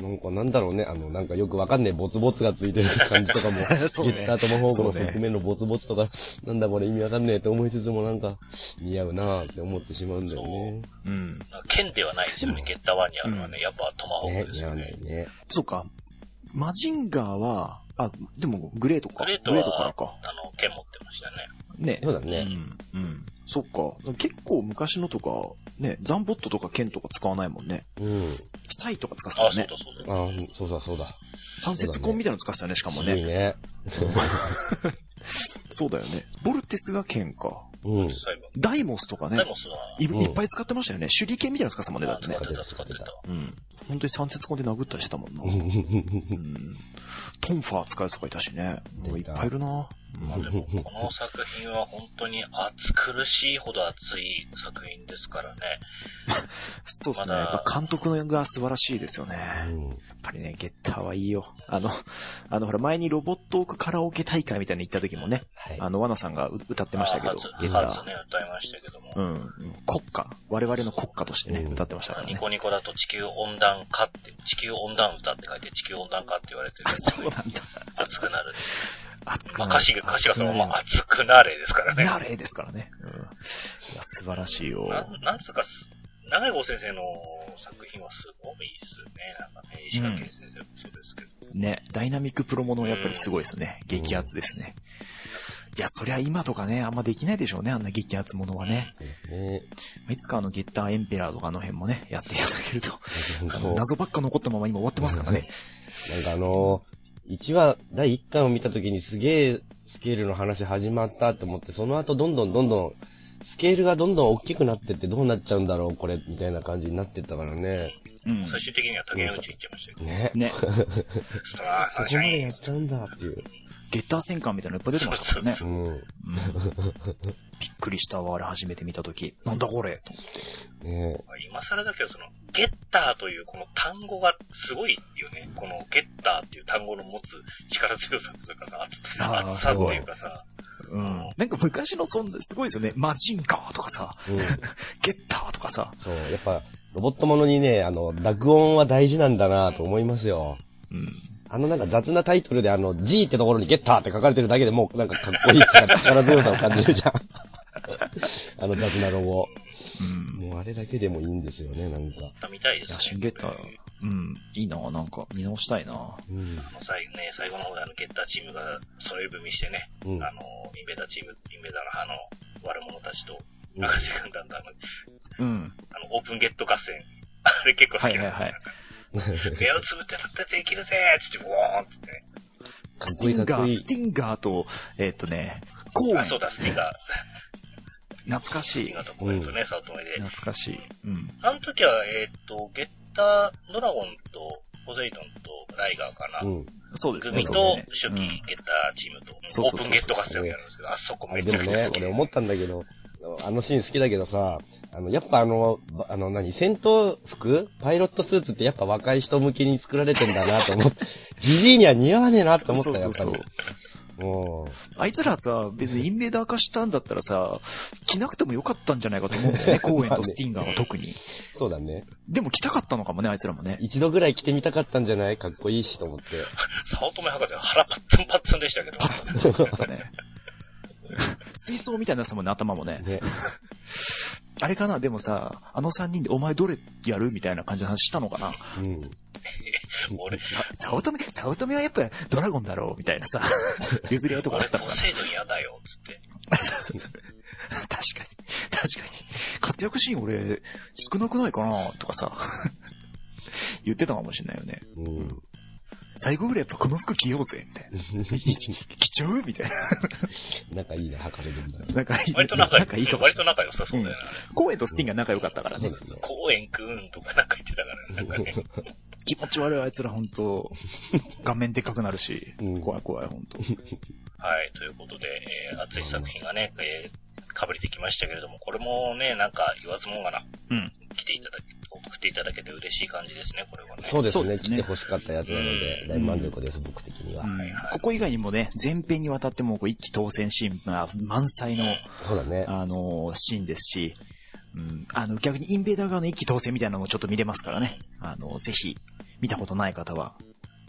[SPEAKER 1] なんかなんだろうね、あの、なんかよくわかんねえボツボツがついてる感じとかも、
[SPEAKER 2] そうね
[SPEAKER 1] ゲッターとマホークの側面のボツボツとか、なんだこれ意味わかんねえって思いつつもなんか似合うなーって思ってしまうんだよね。
[SPEAKER 2] うん。
[SPEAKER 3] 剣ではないですよね、ゲッターワンにあるのはね、やっぱトマホー
[SPEAKER 1] ね
[SPEAKER 3] ク、です
[SPEAKER 1] 似合
[SPEAKER 3] よ
[SPEAKER 1] わな
[SPEAKER 3] ね
[SPEAKER 1] い。ね。
[SPEAKER 2] そうか。マジンガーは、あ、でもグレートか。
[SPEAKER 3] グレートは
[SPEAKER 2] からか。
[SPEAKER 3] あの、剣持ってましたね。
[SPEAKER 2] ね
[SPEAKER 1] そう。だね。
[SPEAKER 2] うん。うん。そっか。結構昔のとか、ね、ザンボットとか剣とか使わないもんね。
[SPEAKER 1] うん。
[SPEAKER 2] サイとか使って
[SPEAKER 3] あ、
[SPEAKER 2] た
[SPEAKER 3] そう
[SPEAKER 2] ね
[SPEAKER 3] だ。そうだ。
[SPEAKER 1] あそうだそうだ。
[SPEAKER 2] 三節コンみたいなの使ってたね、しかも
[SPEAKER 1] すごい
[SPEAKER 2] ね。
[SPEAKER 1] ね。
[SPEAKER 2] そうだよね。ボルテスが剣か。
[SPEAKER 1] うん。
[SPEAKER 3] サイバ
[SPEAKER 2] ダイモスとか
[SPEAKER 3] ー。ダ
[SPEAKER 2] ね
[SPEAKER 3] イ。モスは、
[SPEAKER 2] い
[SPEAKER 1] うん
[SPEAKER 2] いっぱい使ってましたよね。手裏剣みたいなの使ってたもんね、だ
[SPEAKER 3] あ
[SPEAKER 2] って
[SPEAKER 3] 使
[SPEAKER 2] ね
[SPEAKER 3] っ。てた、使ってた。
[SPEAKER 2] うん。本当に三節コンで殴ったりしてたもん な。うん。トンファー使う人がいたしね。もういっぱいいるな。
[SPEAKER 3] まあでも、この作品は本当に暑苦しいほど暑い作品ですからね。
[SPEAKER 2] そうですね。
[SPEAKER 3] まだ
[SPEAKER 2] やっぱ監督が素晴らしいですよね。や
[SPEAKER 1] うん
[SPEAKER 2] っぱりね、ゲッターはいいよ。あの、 あの、ほら、前にロボットオークカラオケ大会みたいに行った時もね、
[SPEAKER 1] はい。
[SPEAKER 2] あの、ワナさんがう歌ってましたけど、
[SPEAKER 3] 初、
[SPEAKER 2] ゲッタ
[SPEAKER 3] 初
[SPEAKER 2] ー。
[SPEAKER 3] ね、歌いましたけども。
[SPEAKER 2] うん。国歌。我々の国歌としてね、
[SPEAKER 1] うん
[SPEAKER 2] 歌ってましたから
[SPEAKER 3] ニ
[SPEAKER 2] ね。
[SPEAKER 3] コニコだと地球温暖化って、地球温暖歌って書いて地球温暖化って言われてる
[SPEAKER 2] あ、
[SPEAKER 3] んで
[SPEAKER 2] そ
[SPEAKER 3] す
[SPEAKER 2] う
[SPEAKER 3] けど、
[SPEAKER 2] なんだ。
[SPEAKER 3] 暑くなる。
[SPEAKER 2] 熱くな
[SPEAKER 3] まあ、
[SPEAKER 2] る。
[SPEAKER 3] 歌詞が、歌詞がそのまま
[SPEAKER 2] 熱
[SPEAKER 3] 暑くなれですから
[SPEAKER 2] くなる
[SPEAKER 3] ね。
[SPEAKER 2] なれですからね。うん。いや、素晴らしいよ。
[SPEAKER 3] ななんつうかす、長井郷先生の作品はすごいっすね。なんかね、石川県先生もそうですけど。
[SPEAKER 2] ね、ダイナミックプロものやっぱりすごいですね。
[SPEAKER 1] うん
[SPEAKER 2] 激アツですね。いや、そりゃ今とかね、あんまできないでしょうね、あんな激アツものはね。
[SPEAKER 1] ね
[SPEAKER 2] いつかあの、ゲッターエンペラーとかあの辺もね、やっていただけると。あ
[SPEAKER 1] そ
[SPEAKER 2] の
[SPEAKER 1] う。
[SPEAKER 2] 謎ばっか残ったまま今終わってますからね。
[SPEAKER 1] なんかあのー、1話、第1巻を見たときにすげえスケールの話始まったって思って、その後どんどんどんどん、スケールがどんどん大きくなってってどうなっちゃうんだろう、これ、みたいな感じになってったからね。
[SPEAKER 2] うん。
[SPEAKER 3] 最終的には竹内行っちゃいましたけど。
[SPEAKER 1] ね。
[SPEAKER 2] ね、
[SPEAKER 3] ストラー
[SPEAKER 1] そ
[SPEAKER 3] サ
[SPEAKER 1] こ
[SPEAKER 3] ンシ
[SPEAKER 1] ま
[SPEAKER 3] ャ
[SPEAKER 1] で
[SPEAKER 3] イ
[SPEAKER 1] や
[SPEAKER 3] ン
[SPEAKER 1] っ。ちゃうんだっていう。
[SPEAKER 2] ゲッター戦艦みたいなのいっぱい出てましたからね
[SPEAKER 3] そ。
[SPEAKER 1] うん。
[SPEAKER 2] うんびっくりしたわ、あれ初めて見たとき。なんだこれと
[SPEAKER 1] ね
[SPEAKER 3] 今更だけど、その、ゲッターというこの単語がすごいよね。このゲッターっていう単語の持つ力強さというかさ、熱
[SPEAKER 2] あー
[SPEAKER 3] 熱さっていうかさ、
[SPEAKER 2] うん。なんか昔のそんな、すごいですよね。マジンガーとかさ、
[SPEAKER 1] うん。
[SPEAKER 2] ゲッターとかさ。
[SPEAKER 1] そう。やっぱ、ロボットものにね、あの、濁音は大事なんだなと思いますよ。
[SPEAKER 2] うん。
[SPEAKER 1] あのなんか雑なタイトルであの G ってところにゲッターって書かれてるだけでもうなんかかっこいいっていうか力強さを感じるじゃん。 あの雑なロゴ。
[SPEAKER 2] うん。
[SPEAKER 1] もうあれだけでもいいんですよね、なんか。
[SPEAKER 3] 見たいで
[SPEAKER 2] い
[SPEAKER 3] す
[SPEAKER 2] や、
[SPEAKER 3] ね。
[SPEAKER 2] 新ゲッター、うん、いいななんか、見直したいな
[SPEAKER 1] うん。
[SPEAKER 3] あの最後ね、最後の方であのゲッターチームが揃い踏みしてね、
[SPEAKER 1] うん
[SPEAKER 3] あ。の、インベーダーチーム、インベーダーの派の悪者たちと、
[SPEAKER 1] うん
[SPEAKER 3] 博士軍団とあの、
[SPEAKER 2] うん。
[SPEAKER 3] あの、オープンゲット合戦。 あれ結構好
[SPEAKER 2] はい
[SPEAKER 3] き
[SPEAKER 2] は
[SPEAKER 3] ないんです
[SPEAKER 2] は
[SPEAKER 3] よ。
[SPEAKER 2] い。
[SPEAKER 3] 目をつぶってなったらできるぜーつって、ウォーンってね。
[SPEAKER 1] かっ
[SPEAKER 2] ステ
[SPEAKER 1] こいい
[SPEAKER 2] ィ
[SPEAKER 1] か
[SPEAKER 2] ン
[SPEAKER 1] っこ
[SPEAKER 2] ガ
[SPEAKER 1] い
[SPEAKER 2] ー、
[SPEAKER 1] い
[SPEAKER 2] ス。ティンガーと、えーっとね、コ
[SPEAKER 3] あ、
[SPEAKER 2] ー
[SPEAKER 3] そう
[SPEAKER 2] ン。
[SPEAKER 3] だ、スティガー。
[SPEAKER 2] 懐かし
[SPEAKER 3] スティ
[SPEAKER 2] い
[SPEAKER 3] ガ。ーとコメントね、サートメで。
[SPEAKER 2] 懐かしい。うん。
[SPEAKER 3] あの時は、えーっと、ゲッター、ドラゴンと、ポゼイドンと、ライガーかな。
[SPEAKER 1] うん。
[SPEAKER 2] そうですね。
[SPEAKER 3] 組
[SPEAKER 2] そう
[SPEAKER 3] と
[SPEAKER 2] で、す
[SPEAKER 3] 初
[SPEAKER 2] ね
[SPEAKER 3] 期ゲッターチームと、
[SPEAKER 2] そう
[SPEAKER 3] オ
[SPEAKER 2] そうそうそう
[SPEAKER 3] ープンゲット合戦をやるんですけど、あそこ
[SPEAKER 1] あ
[SPEAKER 3] め
[SPEAKER 1] れ
[SPEAKER 3] ち
[SPEAKER 1] で
[SPEAKER 3] ゃ
[SPEAKER 1] も
[SPEAKER 3] くち ゃ
[SPEAKER 1] ね
[SPEAKER 3] 好、き
[SPEAKER 1] 俺。思ったんだけど、あのシーン好きだけどさ、あの、やっぱあの、ばあの、何、戦闘服パイロットスーツってやっぱ若い人向けに作られてんだなと思 って、ジジイには似合わねえなと思った
[SPEAKER 2] そう
[SPEAKER 1] よ、
[SPEAKER 2] そ
[SPEAKER 1] やっぱ
[SPEAKER 2] うそう
[SPEAKER 1] り。。も
[SPEAKER 2] あいつらさ、別にインベーダー化したんだったらさ、着なくてもよかったんじゃないかと思うんだよね。 コーエンとスティンガーは特に。
[SPEAKER 1] う、そうだね。
[SPEAKER 2] でも着たかったのかもね、あいつらも ね。
[SPEAKER 1] 一度ぐらい着てみたかったんじゃないかっこいいしと思って。
[SPEAKER 3] サオトメ博士は腹パッツンパッツンでしたけど。
[SPEAKER 2] ね。水槽みたいなさもんね、頭もね。
[SPEAKER 1] ね。
[SPEAKER 2] あれかなでもさ、あの三人でお前どれやるみたいな感じの話したのかな
[SPEAKER 1] うん。
[SPEAKER 3] 俺、
[SPEAKER 2] さ、早乙女、早乙女はやっぱドラゴンだろうみたいな さ、譲り合うとこあ
[SPEAKER 3] 俺
[SPEAKER 2] ったの
[SPEAKER 3] ポ
[SPEAKER 2] かな
[SPEAKER 3] セイドン嫌だよ、つって。
[SPEAKER 2] 確かに。確かに。活躍シーン俺、少なくないかなとかさ、言ってたかもしれないよね。
[SPEAKER 1] うん。
[SPEAKER 2] 最後ぐらいやっぱこの服着ようぜみたいな。着ちゃうみた いな。
[SPEAKER 1] 仲いいな、博士軍団。
[SPEAKER 2] なんかいい。
[SPEAKER 3] 割と仲良
[SPEAKER 2] なんかいいかも
[SPEAKER 3] 割と仲良さそうだよね。
[SPEAKER 2] 公園とスティンが仲良かったからね
[SPEAKER 1] そう。ですね。
[SPEAKER 3] 公園くんとかなんか言ってたからね。なんかね。
[SPEAKER 2] 気持ち悪いあいつら本当顔面でかくなるし
[SPEAKER 1] うん、
[SPEAKER 2] 怖い怖い本 当
[SPEAKER 3] はい、ということで、えー熱い作品がね、えー、かぶりてきましたけれども、これもね、なんか言わずもがな、
[SPEAKER 2] うん。
[SPEAKER 3] 来ていただけ、送っていただけて嬉しい感じですね、これはね。
[SPEAKER 1] そうです
[SPEAKER 2] そう
[SPEAKER 1] ね。
[SPEAKER 2] ですね
[SPEAKER 1] 来て欲しかったやつなので
[SPEAKER 3] う、ん
[SPEAKER 1] 大満足です、僕的には。
[SPEAKER 2] ここ以外にもね、前編にわたってもこう一気当選シーンが満載の、
[SPEAKER 1] そうだね。
[SPEAKER 2] あのーシーンですし、うん、あの、逆にインベーダー側の一気当選みたいなのもちょっと見れますからね。あの、ぜひ、見たことない方は、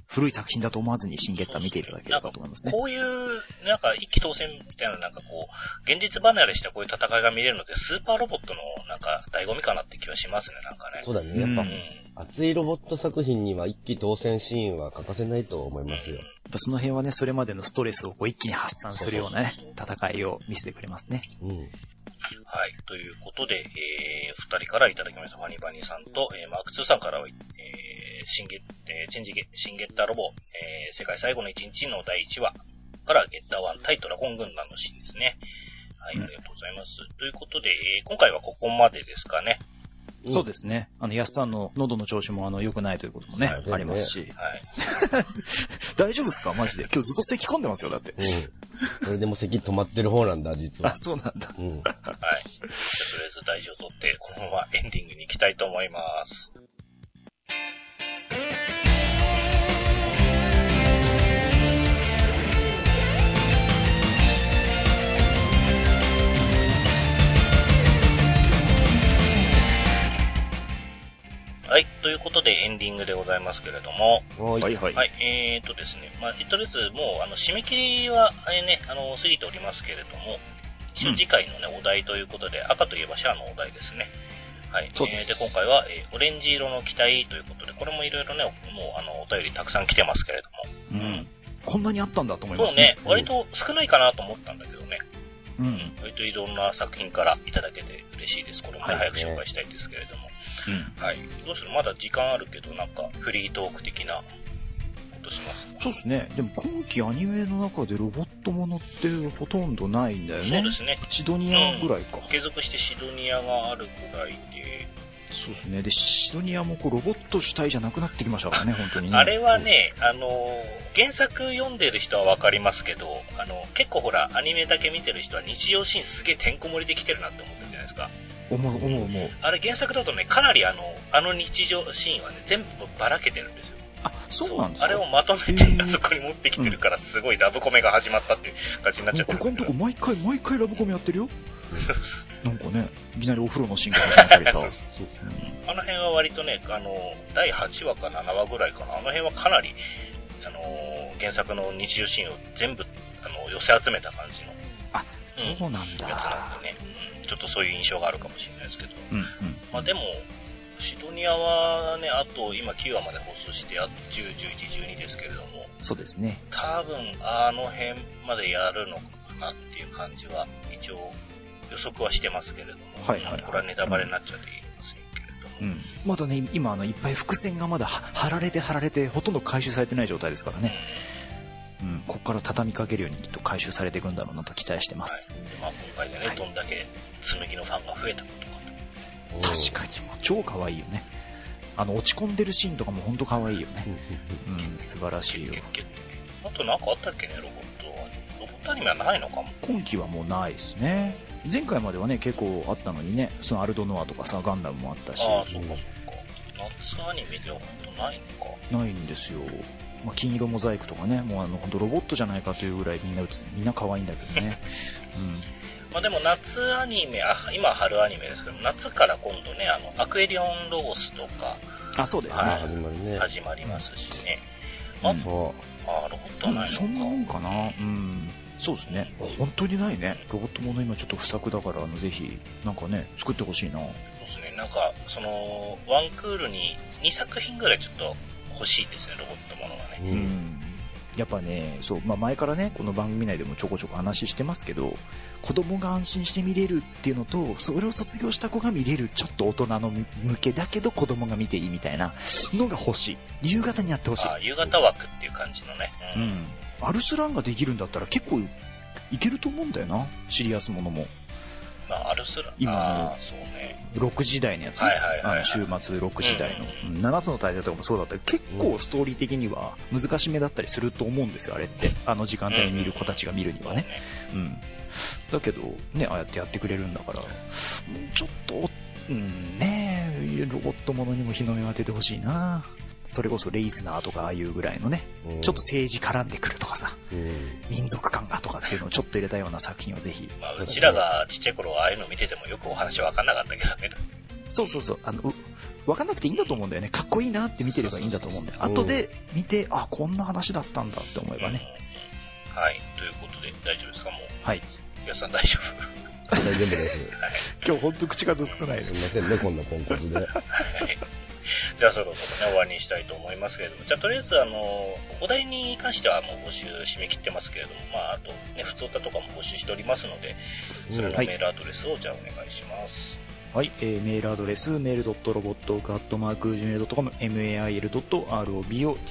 [SPEAKER 2] 古い作品だと思わずに新ゲッター見ていただければと思いますね。
[SPEAKER 3] こういう、なんか一気当選みたいな、なんかこう、現実離れしたこういう戦いが見れるので、スーパーロボットの、なんか、醍醐味かなって気はしますね、なんかね。
[SPEAKER 1] そうだね。やっ
[SPEAKER 2] う
[SPEAKER 1] ぱ
[SPEAKER 2] ん、
[SPEAKER 3] う
[SPEAKER 1] 熱いロボット作品には一気当選シーンは欠かせないと思いますよ。
[SPEAKER 2] やっぱその辺はね、それまでのストレスをこう一気に発散するようなね、戦いを見せてくれますね。
[SPEAKER 1] うん。
[SPEAKER 3] はい。ということで、えー、二人からいただきました。ファニーバニーさんと、えー、マーク2さんからは、えー、シンゲ、えー、チェンジゲ、シンゲッターロボ、えー、世界最後の一日の第1話から、ゲッター1対ドラゴン軍団のシーンですね。はい、
[SPEAKER 2] うん
[SPEAKER 3] ありがとうございます。ということで、えー、今回はここまでですかね。
[SPEAKER 1] うん
[SPEAKER 2] そうですね。あの、安さんの喉の調子もあの、良くないということもね、
[SPEAKER 1] はい
[SPEAKER 2] ありますし。
[SPEAKER 3] はい。
[SPEAKER 4] 大丈夫ですかマジで。今日ずっと咳込んでますよ、だって。
[SPEAKER 1] うん。これでも咳止まってる方なんだ、実
[SPEAKER 2] あ
[SPEAKER 1] は、。
[SPEAKER 2] そうなんだ。
[SPEAKER 1] うん。
[SPEAKER 3] はい。じゃあとりあえず大事を取って、このままエンディングに行きたいと思います。はい。ということでエンディングでございますけれども、
[SPEAKER 1] はい。
[SPEAKER 4] いは
[SPEAKER 3] はい、えーとですね、まあ、とりあえずもう、あの、締め切りは、あれね、あの、過ぎておりますけれども、一応次回のね、お題ということで、赤といえばシャアのお題ですね。はい。
[SPEAKER 4] そうです
[SPEAKER 3] えーで、今回は、えーオレンジ色の機体ということで、これもいろいろね、もう、あの、お便りたくさん来てますけれども。
[SPEAKER 2] うん。こんなにあったんだと思いま
[SPEAKER 3] そう
[SPEAKER 2] す
[SPEAKER 3] ね
[SPEAKER 2] ね。、
[SPEAKER 3] 割と少ないかなと思ったんだけどね、
[SPEAKER 2] う。
[SPEAKER 3] うん割といろんな作品からいただけて嬉しいです。これもね、
[SPEAKER 1] はい
[SPEAKER 3] 早く紹介したいですけれども。
[SPEAKER 2] うん。
[SPEAKER 3] はい。どうするまだ時間あるけど、なんか、フリートーク的なことしますか
[SPEAKER 2] そうですね。でも今期アニメの中でロボットものってほとんどないんだよね。
[SPEAKER 3] そうですね。
[SPEAKER 2] シドニアぐらいか。
[SPEAKER 3] 継続してシドニアがあるぐらいで、
[SPEAKER 2] そうですね。で、シドニアもこうロボット主体じゃなくなってきましたからね、本当にね。
[SPEAKER 3] あれはね、あのー、原作読んでる人はわかりますけど、あの、結構ほら、アニメだけ見てる人は日常シーンすげえてんこ盛りできてるなって思ってるじゃないですか。
[SPEAKER 2] 思う、思う、思う。
[SPEAKER 3] あれ原作だとね、かなりあの、あの日常シーンはね、全部ばらけてるんですよ。
[SPEAKER 2] あ、そうなんですか
[SPEAKER 3] あれをまとめ
[SPEAKER 2] へ
[SPEAKER 3] て、
[SPEAKER 2] ー
[SPEAKER 3] あそこに持ってきてるから、すごいラブコメが始まったっていう感じになっちゃっ
[SPEAKER 2] こ
[SPEAKER 3] てる
[SPEAKER 2] この
[SPEAKER 3] んだ
[SPEAKER 2] と
[SPEAKER 3] けど。
[SPEAKER 2] こ毎回、毎回ラブコメやってる よ。なんかね、いきなりお風呂のシーンから始まったり
[SPEAKER 3] そう
[SPEAKER 2] さ。
[SPEAKER 3] そ
[SPEAKER 2] そうですね。
[SPEAKER 3] あの辺は割とね、あの、第8話か7話ぐらいかな、あの辺はかなり、あのー、原作の日常シーンを全部、あの、寄せ集めた感じの
[SPEAKER 2] あ、そうなん
[SPEAKER 3] やつな
[SPEAKER 2] だ。
[SPEAKER 3] んでね、うん、ちょっとそういう印象があるかもしれないですけど、
[SPEAKER 2] うん、うん。
[SPEAKER 3] まあでも、シドニアはね、あと今9話まで放送して、あと10、11、12ですけれども、
[SPEAKER 2] そうですね。
[SPEAKER 3] 多分あの辺までやるのかなっていう感じは、一応予測はしてますけれども、
[SPEAKER 2] はいはいはい
[SPEAKER 3] うんこれはネタバレになっちゃって言いませんけれども、
[SPEAKER 2] うん。まだね、今、あの、いっぱい伏線がまだは張られて張られて、ほとんど回収されてない状態ですからね。うん。ここから畳みかけるようにきっと回収されていくんだろうなと期待してます。
[SPEAKER 3] でまあ、今回でね、どんだけ紬のファンが増えたことかと。
[SPEAKER 2] 確かにもう超可愛いよねあの落ち込んでるシーンとかも本当可愛いよね
[SPEAKER 1] に。
[SPEAKER 2] うん素晴らしいよ
[SPEAKER 3] 結局あとなんかあったっけね、ロボットは。ロボットアニメはないのかも。
[SPEAKER 2] 今期はもうないですね前回まではね結構あったのにねそのアルドノアとかさガンダムもあったし
[SPEAKER 3] ああ、そうかそうか。夏アニメではほんとないのか。
[SPEAKER 2] ないんですよ、まあ、金色モザイクとかねもうあの本当ロボットじゃないかというぐらいみんなみんな可愛いんだけど ねうん
[SPEAKER 3] まあでも夏アニメ、あ、今は春アニメですけど、夏から今度ね、あの、アクエリオンロゴスとか
[SPEAKER 2] あそうですね、
[SPEAKER 1] ま
[SPEAKER 3] は
[SPEAKER 1] あ、始まるね。
[SPEAKER 3] 始まりますしね。
[SPEAKER 2] うん
[SPEAKER 1] そ
[SPEAKER 3] ああ、ロボット
[SPEAKER 2] う
[SPEAKER 3] は
[SPEAKER 2] ん
[SPEAKER 3] ないの
[SPEAKER 2] そんなもん
[SPEAKER 3] か。
[SPEAKER 2] かなうんそうですね本当にないねロボットもの今ちょっと不作だからあのぜひなんかね作ってほしいな
[SPEAKER 3] そうですね。なんか、その、ワンクールに2作品ぐらいちょっと欲しいですね、ロボットものが
[SPEAKER 1] う。
[SPEAKER 3] ね。
[SPEAKER 1] う。
[SPEAKER 2] うんんやっぱね、そう、まあ、前からね、この番組内でもちょこちょこ話してますけど、子供が安心して見れるっていうのと、それを卒業した子が見れる、ちょっと大人の向けだけど子供が見ていいみたいなのが欲しい。夕方にやってほしい
[SPEAKER 3] あ。あ、夕方枠っていう感じのね。
[SPEAKER 2] う
[SPEAKER 3] うん。
[SPEAKER 2] ん。アルスランができるんだったら結構いけると思うんだよな。シリアスものも。
[SPEAKER 3] まあ、あるすら。
[SPEAKER 2] 今
[SPEAKER 3] ああ、そうね。
[SPEAKER 2] 6時台のやつ。
[SPEAKER 3] はいはいはいは
[SPEAKER 2] あ
[SPEAKER 3] い
[SPEAKER 2] の週末6時台の。うん7つの大罪とかもそうだったけど、結構ストーリー的には難しめだったりすると思うんですよ、あれって。あの時間帯に見る子たちが見るにはね。うん。だけど、ね、ああやってやってくれるんだから、ちょっと、うん、ねえロボットものにも日の目を当ててほしいな。それこそレイズナーとかああいうぐらいのね、
[SPEAKER 1] うん
[SPEAKER 2] ちょっと、政治絡んでくるとかさ、
[SPEAKER 1] うん。
[SPEAKER 2] 民族感がとかっていうのをちょっと入れたような作品をぜひ。
[SPEAKER 3] まあ、うちらがちっちゃい頃はああいうの見ててもよくお話わかんなかったけどね。
[SPEAKER 2] そうそうそう、あの、うわかんなくていいんだと思うんだよね。かっこいいなって見てればいいんだと思うんだよ。
[SPEAKER 1] そうそうそう
[SPEAKER 2] 後で見て、あ、こんな話だったんだって思えばね。
[SPEAKER 3] うん。はい。ということで、大丈夫ですかもう。
[SPEAKER 2] はい。
[SPEAKER 3] 皆さん大丈夫
[SPEAKER 1] 大丈夫です。
[SPEAKER 2] 今日ほんと口数少ない
[SPEAKER 1] すいませんね、こんなポンコツで。
[SPEAKER 3] じゃあそろそろね、終わりにしたいと思いますけれども、じゃあとりあえず、あの、お題に関してはもう募集締め切ってますけれども、まあ、あと、ね、普通歌とかも募集しておりますので、それの
[SPEAKER 2] はい
[SPEAKER 3] メールアドレスを、じゃあお願いします。
[SPEAKER 2] はい、えーメールアドレス、メールドットロボットオークアットマーク Gmail.com、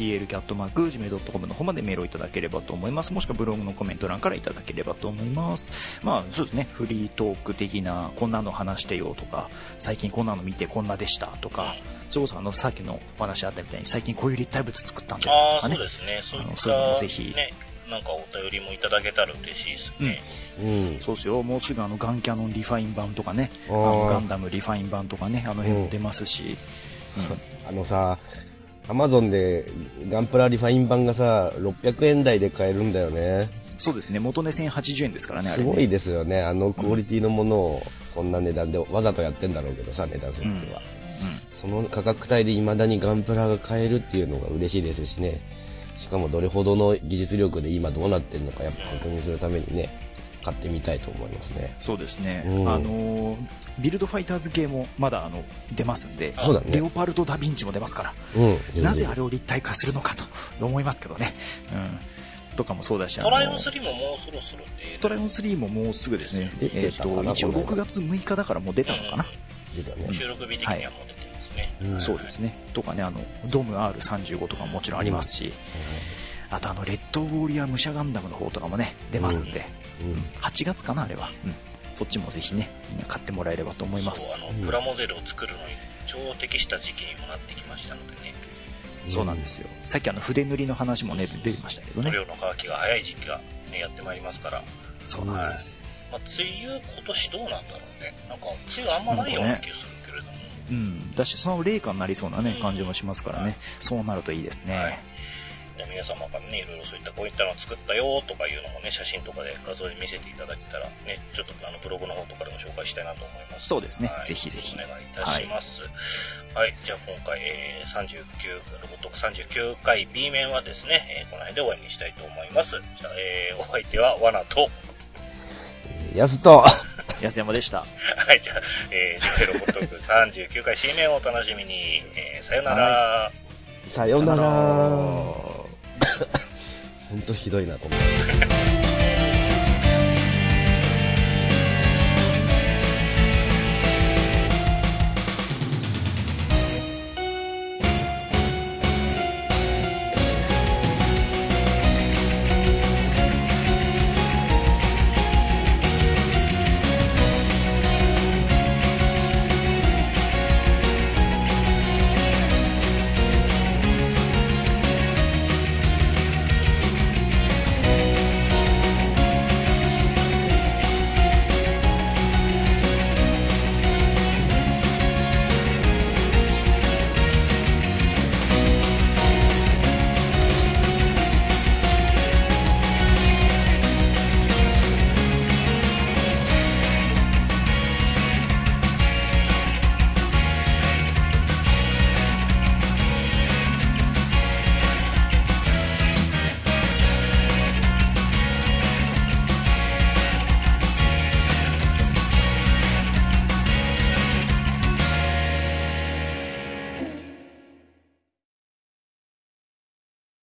[SPEAKER 2] mail.robotl.gmail.com の方までメールをいただければと思います。もしくはブログのコメント欄からいただければと思います。まあ、そうですね、フリートーク的な、こんなの話してよとか、最近こんなの見てこんなでしたとか、それこそあの、さっきのお話あったみたいに、最近こういう立体物作ったんですと
[SPEAKER 3] ああ、
[SPEAKER 2] か
[SPEAKER 3] そう
[SPEAKER 2] ね。
[SPEAKER 3] ですね。そういっ
[SPEAKER 2] あのそういうのも
[SPEAKER 3] た、
[SPEAKER 2] ぜひ
[SPEAKER 3] ね、なんかお便りもいただけたら嬉しいですね。
[SPEAKER 1] うん。
[SPEAKER 2] そうですよ、もうすぐあの、ガンキャノンリファイン版とかね、
[SPEAKER 1] あ
[SPEAKER 2] あのガ
[SPEAKER 1] ー
[SPEAKER 2] ンダムリファイン版とかね、あの辺も出ますし、うん
[SPEAKER 1] あのさ、アマゾンでガンプラリファイン版がさ、600円台で買えるんだよね。
[SPEAKER 2] そうですね、元値1080円ですからね、あ
[SPEAKER 1] す
[SPEAKER 2] れ
[SPEAKER 1] ご
[SPEAKER 2] ね
[SPEAKER 1] いですよね。あのクオリティのものを、そんな値段で、わざとやってんだろうけどさ、値段設定は。
[SPEAKER 2] うん
[SPEAKER 1] その価格帯で未だにガンプラが買えるっていうのが嬉しいですしね。しかもどれほどの技術力で今どうなってるのか、やっぱ確認するためにね、買ってみたいと思いますね。
[SPEAKER 2] そうですね、
[SPEAKER 1] うん
[SPEAKER 2] あのービルドファイターズ系もまだあの出ますんで、
[SPEAKER 1] そうだね
[SPEAKER 2] レオ。パルト・ダ・ヴィンチも出ますから、
[SPEAKER 1] うん。
[SPEAKER 2] なぜあ
[SPEAKER 1] れ
[SPEAKER 2] れを立体化するのかと思いますけどね、うん、とかもそうだし、あの
[SPEAKER 3] トライオン3ももうそろそろで、
[SPEAKER 2] トライオン3ももうすぐですね、
[SPEAKER 1] 出て
[SPEAKER 2] えっ
[SPEAKER 1] たかな
[SPEAKER 2] と一応
[SPEAKER 1] この間
[SPEAKER 2] 6月6日だからもう出たのかな、
[SPEAKER 1] 出たね
[SPEAKER 3] 収録日的にはもう出てますね。
[SPEAKER 1] うん。
[SPEAKER 2] そうですね、とかね、あのドーム R35 とかももちろんありますし、あとあのレッドウォーリアー武者ガンダムの方とかもね、出ますんで、
[SPEAKER 1] うん。
[SPEAKER 2] 8月かな、あれは。うんそっちもぜひね、みんな買ってもらえればと思います。
[SPEAKER 3] そう、あの、プラモデルを作るのに超適した時期にもなってきましたのでね、
[SPEAKER 2] そうなんですよ。さっきあの筆塗りの話もね、出てましたけど
[SPEAKER 3] 塗
[SPEAKER 2] ね。
[SPEAKER 3] 料の乾きが早い時期が、ね、やってまいりますから、
[SPEAKER 2] そうなんです。
[SPEAKER 3] まあ、梅雨今年どうなんだろうね。なんか、梅雨あんまないような
[SPEAKER 2] なんか
[SPEAKER 3] 気がするけれども。
[SPEAKER 2] うん。だし、その霊感になりそうなね
[SPEAKER 3] うん、
[SPEAKER 2] 感じもしますからね。そうなるといいですね。
[SPEAKER 3] はいじゃあ皆様からね、いろいろそういったこういったの作ったよとかいうのもね、写真とかで画像で見せていただけたら、ね、ちょっとあのブログの方とかでも紹介したいなと思います。
[SPEAKER 2] そうですね
[SPEAKER 3] はい
[SPEAKER 2] ぜひぜひ
[SPEAKER 3] お願いいたします。はい。じゃあ今回、えー、39、ロボット39回 B 面はですね、えーこの辺で終わりにしたいと思います。じゃあ、えーお相手は罠と、
[SPEAKER 1] やすと、
[SPEAKER 2] 安山でした。
[SPEAKER 3] はい、じゃあ、えー、次回ロボット39回 C 面をお楽しみに、えーさよなら。
[SPEAKER 1] さよなら。
[SPEAKER 2] さよなら
[SPEAKER 1] ほんとひどいなと思う。